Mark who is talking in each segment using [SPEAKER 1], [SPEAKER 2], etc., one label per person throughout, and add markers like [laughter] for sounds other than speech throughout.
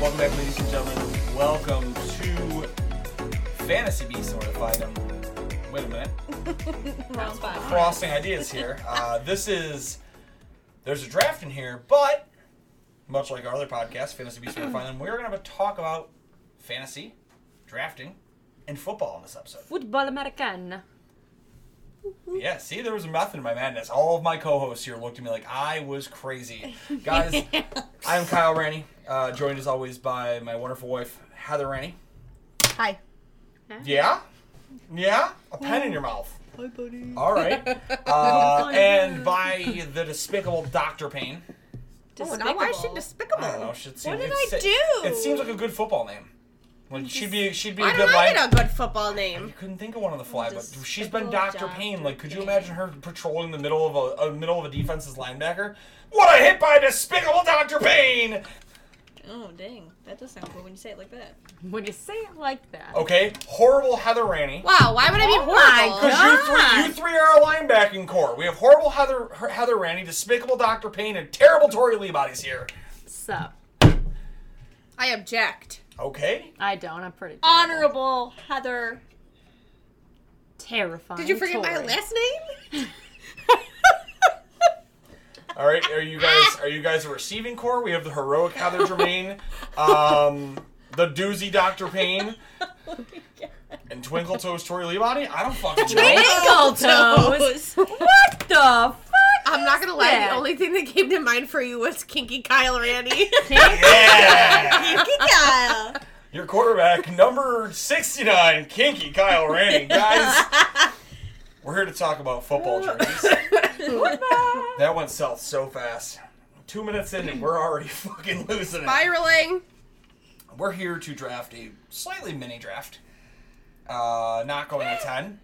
[SPEAKER 1] Welcome back, ladies and gentlemen. Welcome to Fantasy Beasts, or if I don't. Wait a minute.
[SPEAKER 2] Round five.
[SPEAKER 1] Crossing ideas here. Uh, this is. There's a draft in here, but much like our other podcast, Fantasy Beasts, or if I don't, we're going to talk about fantasy, drafting, and football in this episode.
[SPEAKER 2] Football American.
[SPEAKER 1] Yeah, see, there was a method in my madness. All of my co-hosts here looked at me like I was crazy. Guys, I'm Kyle Ranny, uh, joined as always by my wonderful wife, Heather Ranny.
[SPEAKER 3] Hi.
[SPEAKER 1] Yeah? Yeah? A pen in your mouth. Hi, buddy. All
[SPEAKER 3] [laughs]
[SPEAKER 1] right. Uh, and by the despicable Dr. Payne.
[SPEAKER 3] Oh, now why is she
[SPEAKER 2] Despicable.
[SPEAKER 3] despicable?
[SPEAKER 1] I don't know. Should seem,
[SPEAKER 3] What did
[SPEAKER 1] it's-
[SPEAKER 3] I do?
[SPEAKER 1] It seems like a good football name. Like, she'd be, she'd be a
[SPEAKER 3] Why don't
[SPEAKER 1] good
[SPEAKER 3] I
[SPEAKER 1] life.
[SPEAKER 3] get a good football name?
[SPEAKER 1] couldn't think of one on the fly, but she's been
[SPEAKER 2] Despicable
[SPEAKER 1] Dr.
[SPEAKER 2] Dr.
[SPEAKER 1] Payne. Like, could you imagine her patrolling the middle of a, a middle of a defense's linebacker? What a hit by despicable Dr. Payne!
[SPEAKER 4] Oh dang, that does sound cool when you say it like that.
[SPEAKER 2] When you say it like that.
[SPEAKER 1] Okay, horrible Heather Ranny.
[SPEAKER 3] Wow, Ah, why would I be
[SPEAKER 4] Oh
[SPEAKER 3] horrible?
[SPEAKER 4] my
[SPEAKER 1] Because you three, you three are a linebacking core. We have horrible Heather, her- Heather Ranny, despicable Dr. Payne, and terrible Tori Leibodies here.
[SPEAKER 2] So,
[SPEAKER 3] I object.
[SPEAKER 1] Okay,
[SPEAKER 2] I don't. I'm pretty
[SPEAKER 4] Oh, Honorable Heather.
[SPEAKER 2] terrified.
[SPEAKER 3] Did you forget my
[SPEAKER 2] Tory.
[SPEAKER 3] last
[SPEAKER 4] [laughs]
[SPEAKER 3] name?
[SPEAKER 1] all right. Are you guys are you guys a receiving core? We have the heroic Heather Germain, um, the doozy Dr. Payne, and Twinkle Toes Tori Leibody. I don't fucking know.
[SPEAKER 2] Twinkle
[SPEAKER 4] Oh,
[SPEAKER 3] [laughs]
[SPEAKER 2] toes. What the fuck?
[SPEAKER 3] I'm not gonna lie.
[SPEAKER 2] Yeah.
[SPEAKER 3] The only thing that came to mind for you was Kinky Kyle Randy.
[SPEAKER 1] Yeah.
[SPEAKER 3] Kinky Kyle.
[SPEAKER 1] Your quarterback, number 69, Kinky Kyle Randy. Guys, we're here to talk about football jerseys. that went south so fast. Two minutes in, and we're already [laughs] fucking losing it.
[SPEAKER 3] Spiraling.
[SPEAKER 1] We're here to draft a slightly mini draft. Uh, not going to 10.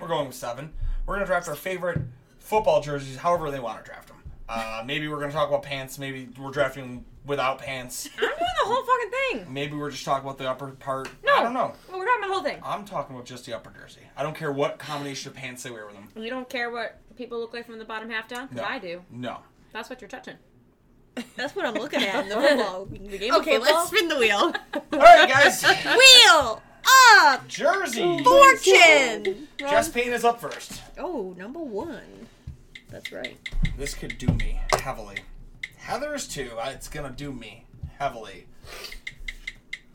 [SPEAKER 1] We're going with 7. We're going to draft our favorite football jerseys however they want to draft them. Uh, maybe we're going to talk about pants. Maybe we're drafting without pants.
[SPEAKER 2] I'm doing the whole fucking thing.
[SPEAKER 1] Maybe we're just talking about the upper part.
[SPEAKER 2] No.
[SPEAKER 1] I don't know.
[SPEAKER 2] We're talking about the whole thing.
[SPEAKER 1] I'm talking about just the upper jersey. I don't care what combination of pants they wear with them.
[SPEAKER 2] You don't care what people look like from the bottom half down? 'Cause
[SPEAKER 1] No.
[SPEAKER 2] I do.
[SPEAKER 1] No.
[SPEAKER 3] [laughs]
[SPEAKER 2] That's what you're touching.
[SPEAKER 4] [laughs] That's what I'm looking at in the football. The game
[SPEAKER 3] Okay,
[SPEAKER 4] of football.
[SPEAKER 3] let's spin
[SPEAKER 4] [laughs]
[SPEAKER 3] the wheel.
[SPEAKER 1] All right, guys.
[SPEAKER 3] wheel up.
[SPEAKER 1] Jersey.
[SPEAKER 3] Fortune.
[SPEAKER 1] Jess Payne is up first.
[SPEAKER 4] Oh, number one. That's right.
[SPEAKER 1] This could do me heavily. Heather's too. I- Uh, It's gonna do me heavily.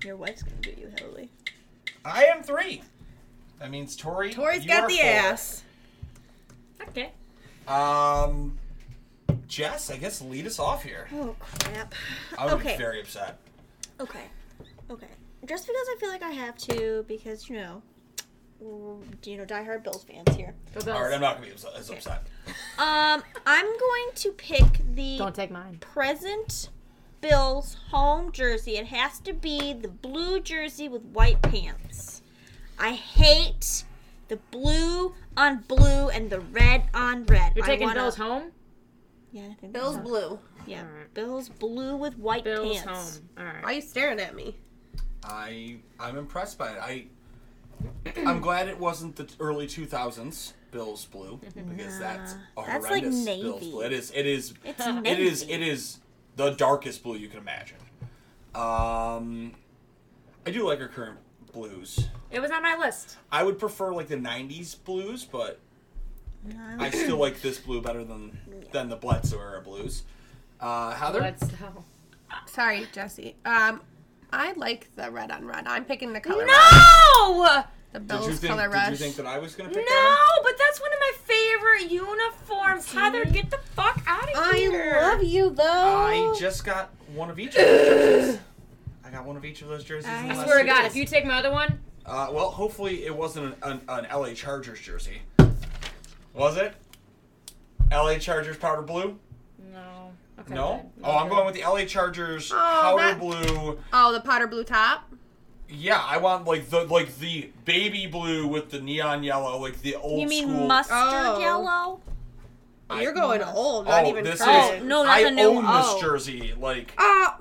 [SPEAKER 4] Your wife's gonna do you heavily.
[SPEAKER 1] I am three. That means Tori.
[SPEAKER 3] Tori's
[SPEAKER 1] you
[SPEAKER 3] got
[SPEAKER 1] are
[SPEAKER 3] the
[SPEAKER 1] four.
[SPEAKER 3] ass.
[SPEAKER 2] Okay.
[SPEAKER 1] Um, Jess, I guess lead us off here.
[SPEAKER 4] Oh crap.
[SPEAKER 1] I would be
[SPEAKER 4] Okay.
[SPEAKER 1] very upset.
[SPEAKER 4] Okay. Okay. Just because I feel like I have to, because you know, we're, you know, diehard Bills fans here.
[SPEAKER 2] Go
[SPEAKER 1] All right, I'm
[SPEAKER 2] Bills.
[SPEAKER 1] not gonna be upset, as upset.
[SPEAKER 4] Um, I'm going to pick the
[SPEAKER 2] Don't take mine.
[SPEAKER 4] present Bills home jersey. It has to be the blue jersey with white pants. I hate the blue on blue and the red on red.
[SPEAKER 2] You're
[SPEAKER 4] I
[SPEAKER 2] taking
[SPEAKER 4] wanna-
[SPEAKER 2] Bills home?
[SPEAKER 4] Yeah, I think
[SPEAKER 3] Bill's
[SPEAKER 4] Bills.
[SPEAKER 3] blue.
[SPEAKER 4] Yeah,
[SPEAKER 2] Alright.
[SPEAKER 4] Bills blue with white
[SPEAKER 2] Bills
[SPEAKER 4] pants.
[SPEAKER 2] home. All right.
[SPEAKER 3] Why are you staring at me?
[SPEAKER 1] I I'm impressed by it. I I'm glad it wasn't the early 2000s Bills blue because that's a
[SPEAKER 4] that's like
[SPEAKER 1] horrendous Bills
[SPEAKER 4] navy.
[SPEAKER 1] blue. It is it is
[SPEAKER 4] It's navy.
[SPEAKER 1] it is it is the darkest blue you can imagine. Um I do like our current blues.
[SPEAKER 2] It was on my list.
[SPEAKER 1] I would prefer like the 90s blues, but I
[SPEAKER 4] No.
[SPEAKER 1] still like this blue better than than the Bledsoe era blues. Uh Heather
[SPEAKER 2] Let's go.
[SPEAKER 3] Sorry, Jesse. Um, I like the red on red. I'm picking the color. red.
[SPEAKER 2] No!
[SPEAKER 3] The
[SPEAKER 1] did
[SPEAKER 3] Bills
[SPEAKER 1] you, think,
[SPEAKER 3] color
[SPEAKER 1] did
[SPEAKER 3] rush.
[SPEAKER 1] you think that I was gonna pick
[SPEAKER 2] No,
[SPEAKER 1] that?
[SPEAKER 2] but that's one of my favorite uniforms. Heather, get the fuck out of
[SPEAKER 4] I
[SPEAKER 2] here.
[SPEAKER 4] love you though.
[SPEAKER 3] Oh.
[SPEAKER 1] I just got one of each. of those jerseys. I got one of each of those jerseys. in the
[SPEAKER 4] I
[SPEAKER 2] I
[SPEAKER 1] last
[SPEAKER 2] swear to
[SPEAKER 1] few
[SPEAKER 2] God,
[SPEAKER 1] days.
[SPEAKER 2] if you take my other one,
[SPEAKER 1] Uh, well, hopefully it wasn't an, an, an LA Chargers jersey. Was it? LA Chargers powder blue?
[SPEAKER 2] no. Okay,
[SPEAKER 1] No.
[SPEAKER 2] good.
[SPEAKER 1] Oh, I'm going with the LA Chargers
[SPEAKER 3] Oh,
[SPEAKER 1] powder
[SPEAKER 3] that-
[SPEAKER 1] blue.
[SPEAKER 3] Oh, the powder blue top.
[SPEAKER 1] Yeah, I want like the like the baby blue with the neon yellow, like the old
[SPEAKER 4] You mean
[SPEAKER 1] school.
[SPEAKER 4] mustard
[SPEAKER 3] Oh.
[SPEAKER 4] yellow?
[SPEAKER 1] I-
[SPEAKER 3] You're going old,
[SPEAKER 1] Oh,
[SPEAKER 3] not even
[SPEAKER 1] this
[SPEAKER 3] current.
[SPEAKER 1] is.
[SPEAKER 4] Oh, no,
[SPEAKER 1] I
[SPEAKER 4] that's a new-
[SPEAKER 1] own
[SPEAKER 4] oh.
[SPEAKER 1] this jersey. Like
[SPEAKER 3] Oh,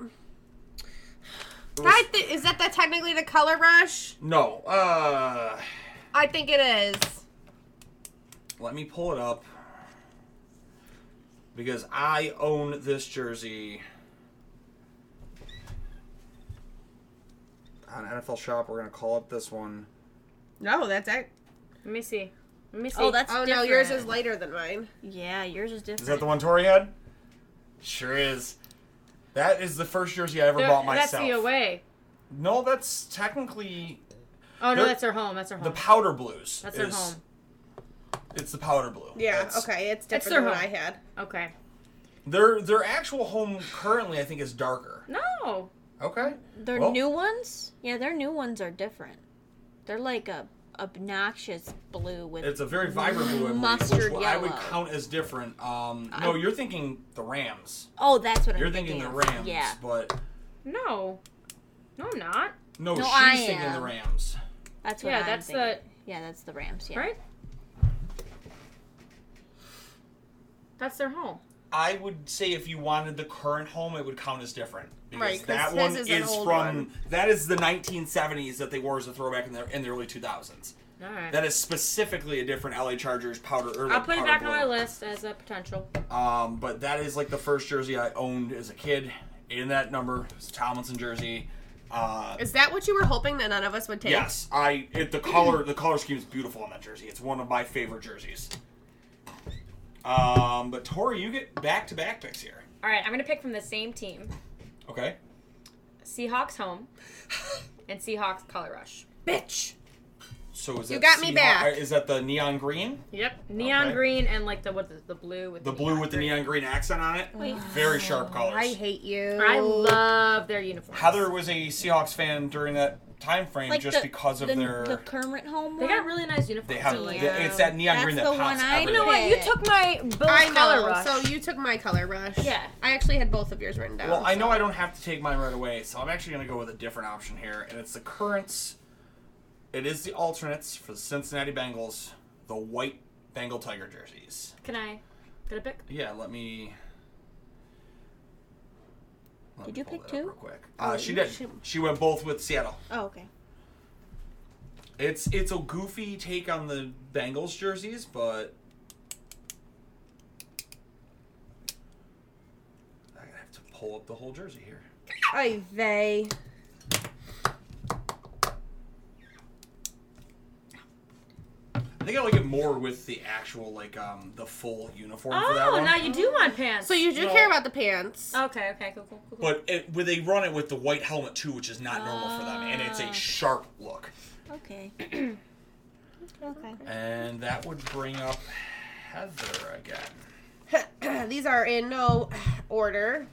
[SPEAKER 1] it was-
[SPEAKER 3] I thi- is that the, technically the color rush?
[SPEAKER 1] no. Uh,
[SPEAKER 3] I think it is.
[SPEAKER 1] let me pull it up because I own this jersey on NFL Shop. We're gonna call up this one.
[SPEAKER 3] No, that's it.
[SPEAKER 2] Let me see. Let me see.
[SPEAKER 4] Oh, that's
[SPEAKER 3] Oh no,
[SPEAKER 4] different.
[SPEAKER 3] yours is lighter than mine.
[SPEAKER 4] Yeah, yours is different.
[SPEAKER 1] Is that the one Tori had? Sure is. That is the first jersey I ever
[SPEAKER 2] They're-
[SPEAKER 1] bought myself.
[SPEAKER 2] that's the away.
[SPEAKER 1] No, that's technically
[SPEAKER 2] Oh no,
[SPEAKER 1] They're-
[SPEAKER 2] that's their home. That's their home.
[SPEAKER 1] the powder blues.
[SPEAKER 2] that's their
[SPEAKER 1] is-
[SPEAKER 2] home.
[SPEAKER 1] It's the powder blue.
[SPEAKER 3] Yeah,
[SPEAKER 1] That's-
[SPEAKER 3] okay, it's
[SPEAKER 2] That's
[SPEAKER 3] different
[SPEAKER 2] their
[SPEAKER 3] than what
[SPEAKER 2] home.
[SPEAKER 3] I had.
[SPEAKER 2] Okay.
[SPEAKER 1] Their their actual home currently, I think, is darker.
[SPEAKER 2] No.
[SPEAKER 1] Okay.
[SPEAKER 4] Their
[SPEAKER 1] Well-
[SPEAKER 4] new ones? Yeah, their new ones are different. They're like a obnoxious blue with
[SPEAKER 1] It's a very vibrant blue, I believe,
[SPEAKER 4] Mustard
[SPEAKER 1] which I would
[SPEAKER 4] yellow.
[SPEAKER 1] count as different. Um, no, you're thinking the Rams.
[SPEAKER 4] Oh, that's what
[SPEAKER 1] You're
[SPEAKER 4] I'm
[SPEAKER 1] thinking
[SPEAKER 4] thinking.
[SPEAKER 1] the
[SPEAKER 4] of.
[SPEAKER 1] Rams,
[SPEAKER 4] Yeah.
[SPEAKER 1] but
[SPEAKER 2] No. No, I'm not.
[SPEAKER 1] no,
[SPEAKER 4] No,
[SPEAKER 1] she's
[SPEAKER 4] I
[SPEAKER 1] thinking the
[SPEAKER 4] am.
[SPEAKER 1] Rams.
[SPEAKER 4] That's what
[SPEAKER 2] Yeah,
[SPEAKER 4] I'm
[SPEAKER 2] that's
[SPEAKER 4] thinking.
[SPEAKER 2] the-
[SPEAKER 4] Yeah, that's the Rams. Yeah.
[SPEAKER 2] Right? That's their home.
[SPEAKER 1] I would say if you wanted the current home, it would count as different because
[SPEAKER 3] Right, 'cause
[SPEAKER 1] that
[SPEAKER 3] his
[SPEAKER 1] one is,
[SPEAKER 3] is an
[SPEAKER 1] from
[SPEAKER 3] old one.
[SPEAKER 1] that is the 1970s that they wore as a throwback in the in the early 2000s.
[SPEAKER 2] All right.
[SPEAKER 1] That is specifically a different LA Chargers powder. Or
[SPEAKER 2] I'll put it
[SPEAKER 1] powder
[SPEAKER 2] back
[SPEAKER 1] blue.
[SPEAKER 2] on my list as a potential.
[SPEAKER 1] Um, but that is like the first jersey I owned as a kid. In that number, it was a Tomlinson jersey. Uh,
[SPEAKER 3] Is that what you were hoping that none of us would take?
[SPEAKER 1] yes, I it, the color the color scheme is beautiful on that jersey. It's one of my favorite jerseys. Um, but Tori, you get back to back picks here.
[SPEAKER 2] All right, I'm gonna pick from the same team:
[SPEAKER 1] Okay. [laughs]
[SPEAKER 2] Seahawks home and Seahawks color rush.
[SPEAKER 3] Bitch.
[SPEAKER 1] So is
[SPEAKER 3] You
[SPEAKER 1] that
[SPEAKER 3] got me
[SPEAKER 1] Seahawk-
[SPEAKER 3] back.
[SPEAKER 1] Is that the neon green?
[SPEAKER 2] Yep. Neon
[SPEAKER 1] Okay.
[SPEAKER 2] green and like the what the, the blue with
[SPEAKER 1] The blue with the neon green accent on it. Very sharp colors.
[SPEAKER 3] Oh, I hate you.
[SPEAKER 2] I love their uniforms.
[SPEAKER 1] Heather was a Seahawks fan during that time frame
[SPEAKER 4] Like
[SPEAKER 1] just
[SPEAKER 4] the,
[SPEAKER 1] because of
[SPEAKER 4] the,
[SPEAKER 1] their
[SPEAKER 4] the current home.
[SPEAKER 2] They
[SPEAKER 4] one?
[SPEAKER 2] got really nice uniforms.
[SPEAKER 1] they have
[SPEAKER 2] so, like,
[SPEAKER 4] Yeah.
[SPEAKER 1] it's that neon
[SPEAKER 4] That's
[SPEAKER 1] green that
[SPEAKER 4] the
[SPEAKER 1] pops
[SPEAKER 4] one I
[SPEAKER 1] everywhere.
[SPEAKER 4] know.
[SPEAKER 2] But you took my Bills
[SPEAKER 3] I know.
[SPEAKER 2] color rush.
[SPEAKER 3] So you took my color rush.
[SPEAKER 2] Yeah.
[SPEAKER 3] I actually had both of yours written down.
[SPEAKER 1] Well, I know
[SPEAKER 3] so-
[SPEAKER 1] I don't have to take mine right away, so I'm actually going to go with a different option here, and it's the currents. It is the alternates for the Cincinnati Bengals, the white Bengal Tiger jerseys.
[SPEAKER 2] Can I get a pick?
[SPEAKER 1] Yeah, let me. let
[SPEAKER 4] Did
[SPEAKER 1] me
[SPEAKER 4] you
[SPEAKER 1] pull
[SPEAKER 4] pick
[SPEAKER 1] that up
[SPEAKER 4] two?
[SPEAKER 1] Real quick. Uh,
[SPEAKER 4] Oh,
[SPEAKER 1] she
[SPEAKER 4] you-
[SPEAKER 1] did.
[SPEAKER 4] she-
[SPEAKER 1] She went both with Seattle.
[SPEAKER 4] Oh, okay.
[SPEAKER 1] It's it's a goofy take on the Bengals jerseys, but I have to pull up the whole jersey here.
[SPEAKER 3] Ay, they.
[SPEAKER 1] I think I like it more with the actual like um the full uniform for that
[SPEAKER 2] Oh,
[SPEAKER 1] one.
[SPEAKER 2] now you do want pants.
[SPEAKER 3] So you do
[SPEAKER 1] No.
[SPEAKER 3] care about the pants.
[SPEAKER 2] Okay. Okay. Cool. Cool. Cool. cool.
[SPEAKER 1] but it, well, they run it with the white helmet too, which is not normal for them, and
[SPEAKER 2] Ah.
[SPEAKER 1] it's a sharp look.
[SPEAKER 2] [clears throat]
[SPEAKER 4] Okay. okay.
[SPEAKER 1] And that would bring up Heather again.
[SPEAKER 3] Uh, These are in no [sighs] order.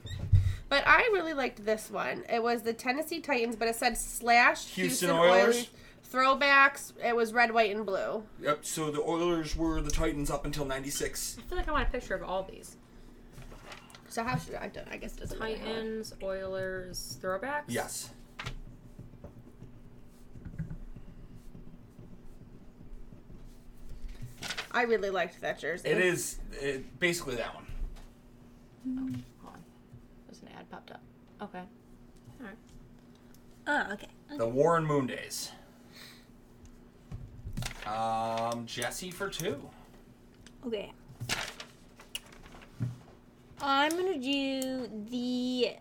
[SPEAKER 3] But I really liked this one. It was the Tennessee Titans, but it said slash
[SPEAKER 1] Houston Oilers.
[SPEAKER 3] Throwbacks. It was red, white, and blue.
[SPEAKER 1] Yep. So the Oilers were the Titans up until '96.
[SPEAKER 2] I feel like I want a picture of all these:
[SPEAKER 3] So how should I do? I guess it doesn't matter.
[SPEAKER 2] Titans, Oilers, throwbacks.
[SPEAKER 1] Yes.
[SPEAKER 3] I really liked that jersey.
[SPEAKER 1] It is it, basically that one.
[SPEAKER 2] Hold on. There's an ad popped up. Okay. All right.
[SPEAKER 4] Oh, okay.
[SPEAKER 1] The Warren Moon Days. Um, Jesse for two.
[SPEAKER 4] Okay. I'm gonna do the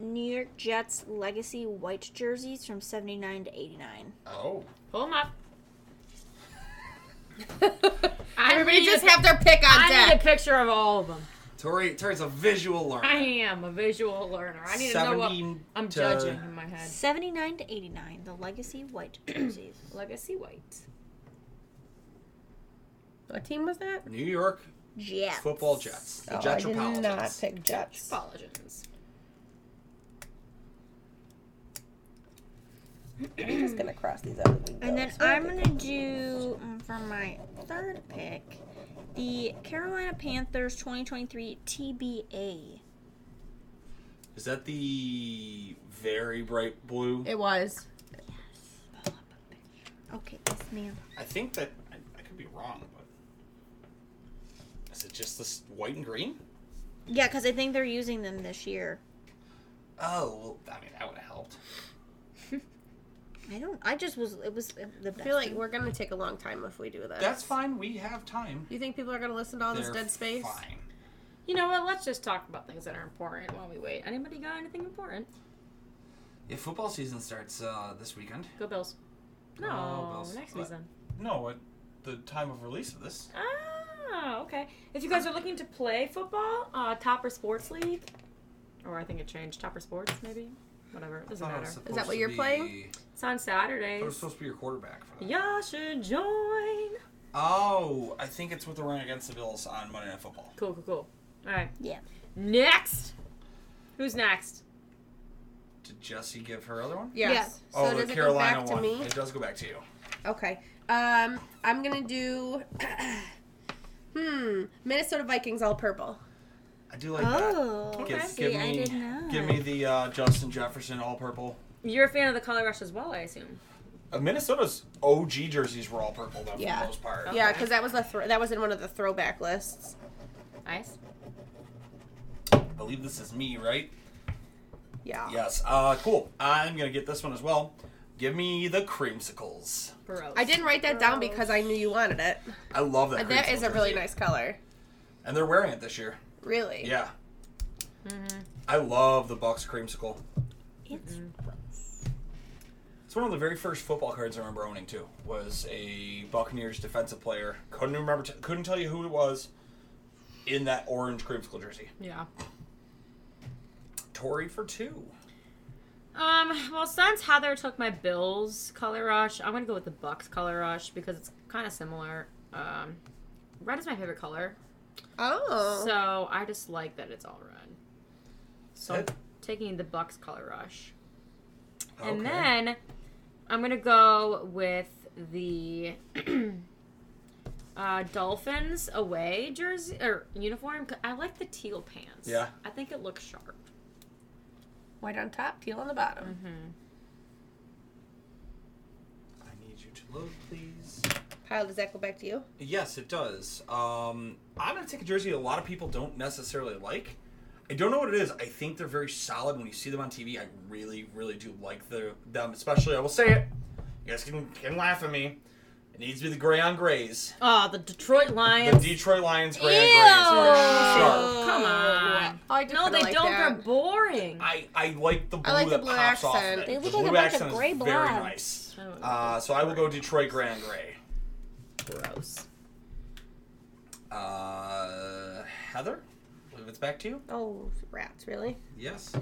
[SPEAKER 4] New York Jets legacy white jerseys from '79 to '89.
[SPEAKER 1] Oh.
[SPEAKER 2] Pull them up. [laughs]
[SPEAKER 3] Everybody just have their pick on
[SPEAKER 2] I need a
[SPEAKER 3] deck.
[SPEAKER 2] picture of all of them.
[SPEAKER 1] Tori, Tori's a visual learner.
[SPEAKER 2] I am a visual learner. I need to know what
[SPEAKER 1] 17
[SPEAKER 2] I'm
[SPEAKER 1] to-
[SPEAKER 2] judging in my head.
[SPEAKER 4] '79 to '89, the legacy
[SPEAKER 3] [clears throat]
[SPEAKER 4] white jerseys.
[SPEAKER 2] Legacy white.
[SPEAKER 3] What team was that?
[SPEAKER 1] New York
[SPEAKER 4] Jets.
[SPEAKER 1] football Jets. The
[SPEAKER 3] Oh, I
[SPEAKER 1] Jets
[SPEAKER 3] did
[SPEAKER 1] are
[SPEAKER 3] not pick Jets.
[SPEAKER 2] Apologies.
[SPEAKER 3] I'm just gonna cross these out. as we go.
[SPEAKER 4] And then
[SPEAKER 3] So
[SPEAKER 4] I'm
[SPEAKER 3] I
[SPEAKER 4] going
[SPEAKER 3] think-
[SPEAKER 4] to do, um, for my third pick, the Carolina Panthers 2023 TBA.
[SPEAKER 1] Is that the very bright blue?
[SPEAKER 5] It was.
[SPEAKER 4] Okay, yes, ma'am.
[SPEAKER 1] I think that I, I could be wrong, but is it just this white and green?
[SPEAKER 4] Yeah, because I think they're using them this year.
[SPEAKER 1] Oh, well, I mean that would have helped.
[SPEAKER 4] I don't, I just was, it was uh, the best.
[SPEAKER 3] I feel like
[SPEAKER 4] one.
[SPEAKER 3] we're gonna take a long time if we do this.
[SPEAKER 1] That's fine. We have time.
[SPEAKER 3] You think people are gonna listen to all this
[SPEAKER 1] They're
[SPEAKER 3] dead space?
[SPEAKER 1] Fine.
[SPEAKER 2] You know what? Let's just talk about things that are important while we wait. Anybody got anything important?
[SPEAKER 1] If football season starts uh, this weekend.
[SPEAKER 2] Go Bills. No,
[SPEAKER 1] Oh, Bills.
[SPEAKER 2] next
[SPEAKER 1] What?
[SPEAKER 2] season.
[SPEAKER 1] No, at the time of release of this.
[SPEAKER 2] Ah, okay. If you guys are looking to play football, uh, Topper Sports League, or I think it changed, Topper Sports maybe, whatever. It doesn't matter.
[SPEAKER 3] Is that what you're playing?
[SPEAKER 2] It's on
[SPEAKER 1] I was
[SPEAKER 2] Saturdays.
[SPEAKER 1] supposed to be your quarterback for that.
[SPEAKER 2] Y'all should join.
[SPEAKER 1] Oh, I think it's with the run against the Bills on Monday Night Football.
[SPEAKER 2] Cool, cool, cool. All right.
[SPEAKER 4] Yeah.
[SPEAKER 2] Next. Who's next?
[SPEAKER 1] Did Jesse give her other one?
[SPEAKER 3] Yes.
[SPEAKER 1] Oh,
[SPEAKER 3] so
[SPEAKER 1] the
[SPEAKER 3] does it go
[SPEAKER 1] Carolina
[SPEAKER 3] back to
[SPEAKER 1] one.
[SPEAKER 3] me?
[SPEAKER 1] It does go back to you.
[SPEAKER 3] Okay. Um, I'm gonna do. [clears throat] hmm. Minnesota Vikings all purple.
[SPEAKER 1] I do like that.
[SPEAKER 4] Oh,
[SPEAKER 1] Give,
[SPEAKER 4] see,
[SPEAKER 1] give
[SPEAKER 4] I
[SPEAKER 1] me,
[SPEAKER 4] did not.
[SPEAKER 1] give me the uh, Justin Jefferson all purple.
[SPEAKER 2] You're a fan of the Color Rush as well, I assume.
[SPEAKER 1] Uh, Minnesota's OG jerseys were all purple though, for
[SPEAKER 3] Yeah.
[SPEAKER 1] the most part.
[SPEAKER 3] Yeah, 'cause Yeah, because that was the thro- that was in one of the throwback lists.
[SPEAKER 2] Ice.
[SPEAKER 1] I believe this is me, right?
[SPEAKER 3] Yeah.
[SPEAKER 1] Yes. Uh, cool. I'm gonna get this one as well. Give me the creamsicles.
[SPEAKER 2] Gross.
[SPEAKER 3] I didn't write that down because I knew you wanted it.
[SPEAKER 1] I love that.
[SPEAKER 3] Uh, That
[SPEAKER 1] creamsicle
[SPEAKER 3] is a really
[SPEAKER 1] jersey.
[SPEAKER 3] nice color.
[SPEAKER 1] And they're wearing it this year.
[SPEAKER 3] Really.
[SPEAKER 1] Yeah.
[SPEAKER 3] Mm-hmm.
[SPEAKER 1] I love the Bucks creamsicle.
[SPEAKER 4] It's
[SPEAKER 1] It's one of the very first football cards I remember owning too. Was a Buccaneers defensive player. Couldn't remember. T- couldn't tell you who it was. In that orange creamsicle jersey.
[SPEAKER 2] Yeah.
[SPEAKER 1] Tory for two.
[SPEAKER 2] Um, well, since Heather took my Bills color rush, I'm gonna go with the Bucks color rush because it's kind of similar. Um, red is my favorite color,
[SPEAKER 3] Oh.
[SPEAKER 2] so I just like that it's all red. So I'm
[SPEAKER 1] That-
[SPEAKER 2] taking the Bucks color rush,
[SPEAKER 1] Okay.
[SPEAKER 2] and then I'm gonna go with the [clears throat] uh, Dolphins away jersey or uniform. 'cause I like the teal pants.
[SPEAKER 1] Yeah.
[SPEAKER 2] I think it looks sharp.
[SPEAKER 3] White on top, teal on the bottom.
[SPEAKER 1] I need you to load, please.
[SPEAKER 3] Kyle, does that go back to you?
[SPEAKER 1] Yes, it does. Um, I'm going to take a jersey a lot of people don't necessarily like. I don't know what it is. I think they're very solid when you see them on TV. I really, really do like the, them, especially, I will say it. You guys can, can laugh at me. It needs to be the gray on grays.
[SPEAKER 2] Oh, the Detroit
[SPEAKER 1] The
[SPEAKER 2] Lions.
[SPEAKER 1] Detroit Lions gray on grays. are sharp.
[SPEAKER 2] Come on.
[SPEAKER 3] Oh, I do
[SPEAKER 2] No,
[SPEAKER 3] kinda
[SPEAKER 2] they
[SPEAKER 3] like
[SPEAKER 2] don't.
[SPEAKER 3] that.
[SPEAKER 2] They're boring.
[SPEAKER 1] I, I like the blue
[SPEAKER 3] like the
[SPEAKER 1] that
[SPEAKER 3] blue
[SPEAKER 1] pops off. of
[SPEAKER 3] accent.
[SPEAKER 1] it.
[SPEAKER 4] They look
[SPEAKER 1] the
[SPEAKER 4] like a
[SPEAKER 1] blue
[SPEAKER 4] bunch of
[SPEAKER 1] accent is
[SPEAKER 4] gray
[SPEAKER 1] Very
[SPEAKER 4] blobs.
[SPEAKER 1] nice. Uh, so I will go Detroit gray on gray.
[SPEAKER 2] Gross.
[SPEAKER 1] Uh, Heather, I believe it's back to you.
[SPEAKER 3] Oh, rats, really?
[SPEAKER 1] Yes.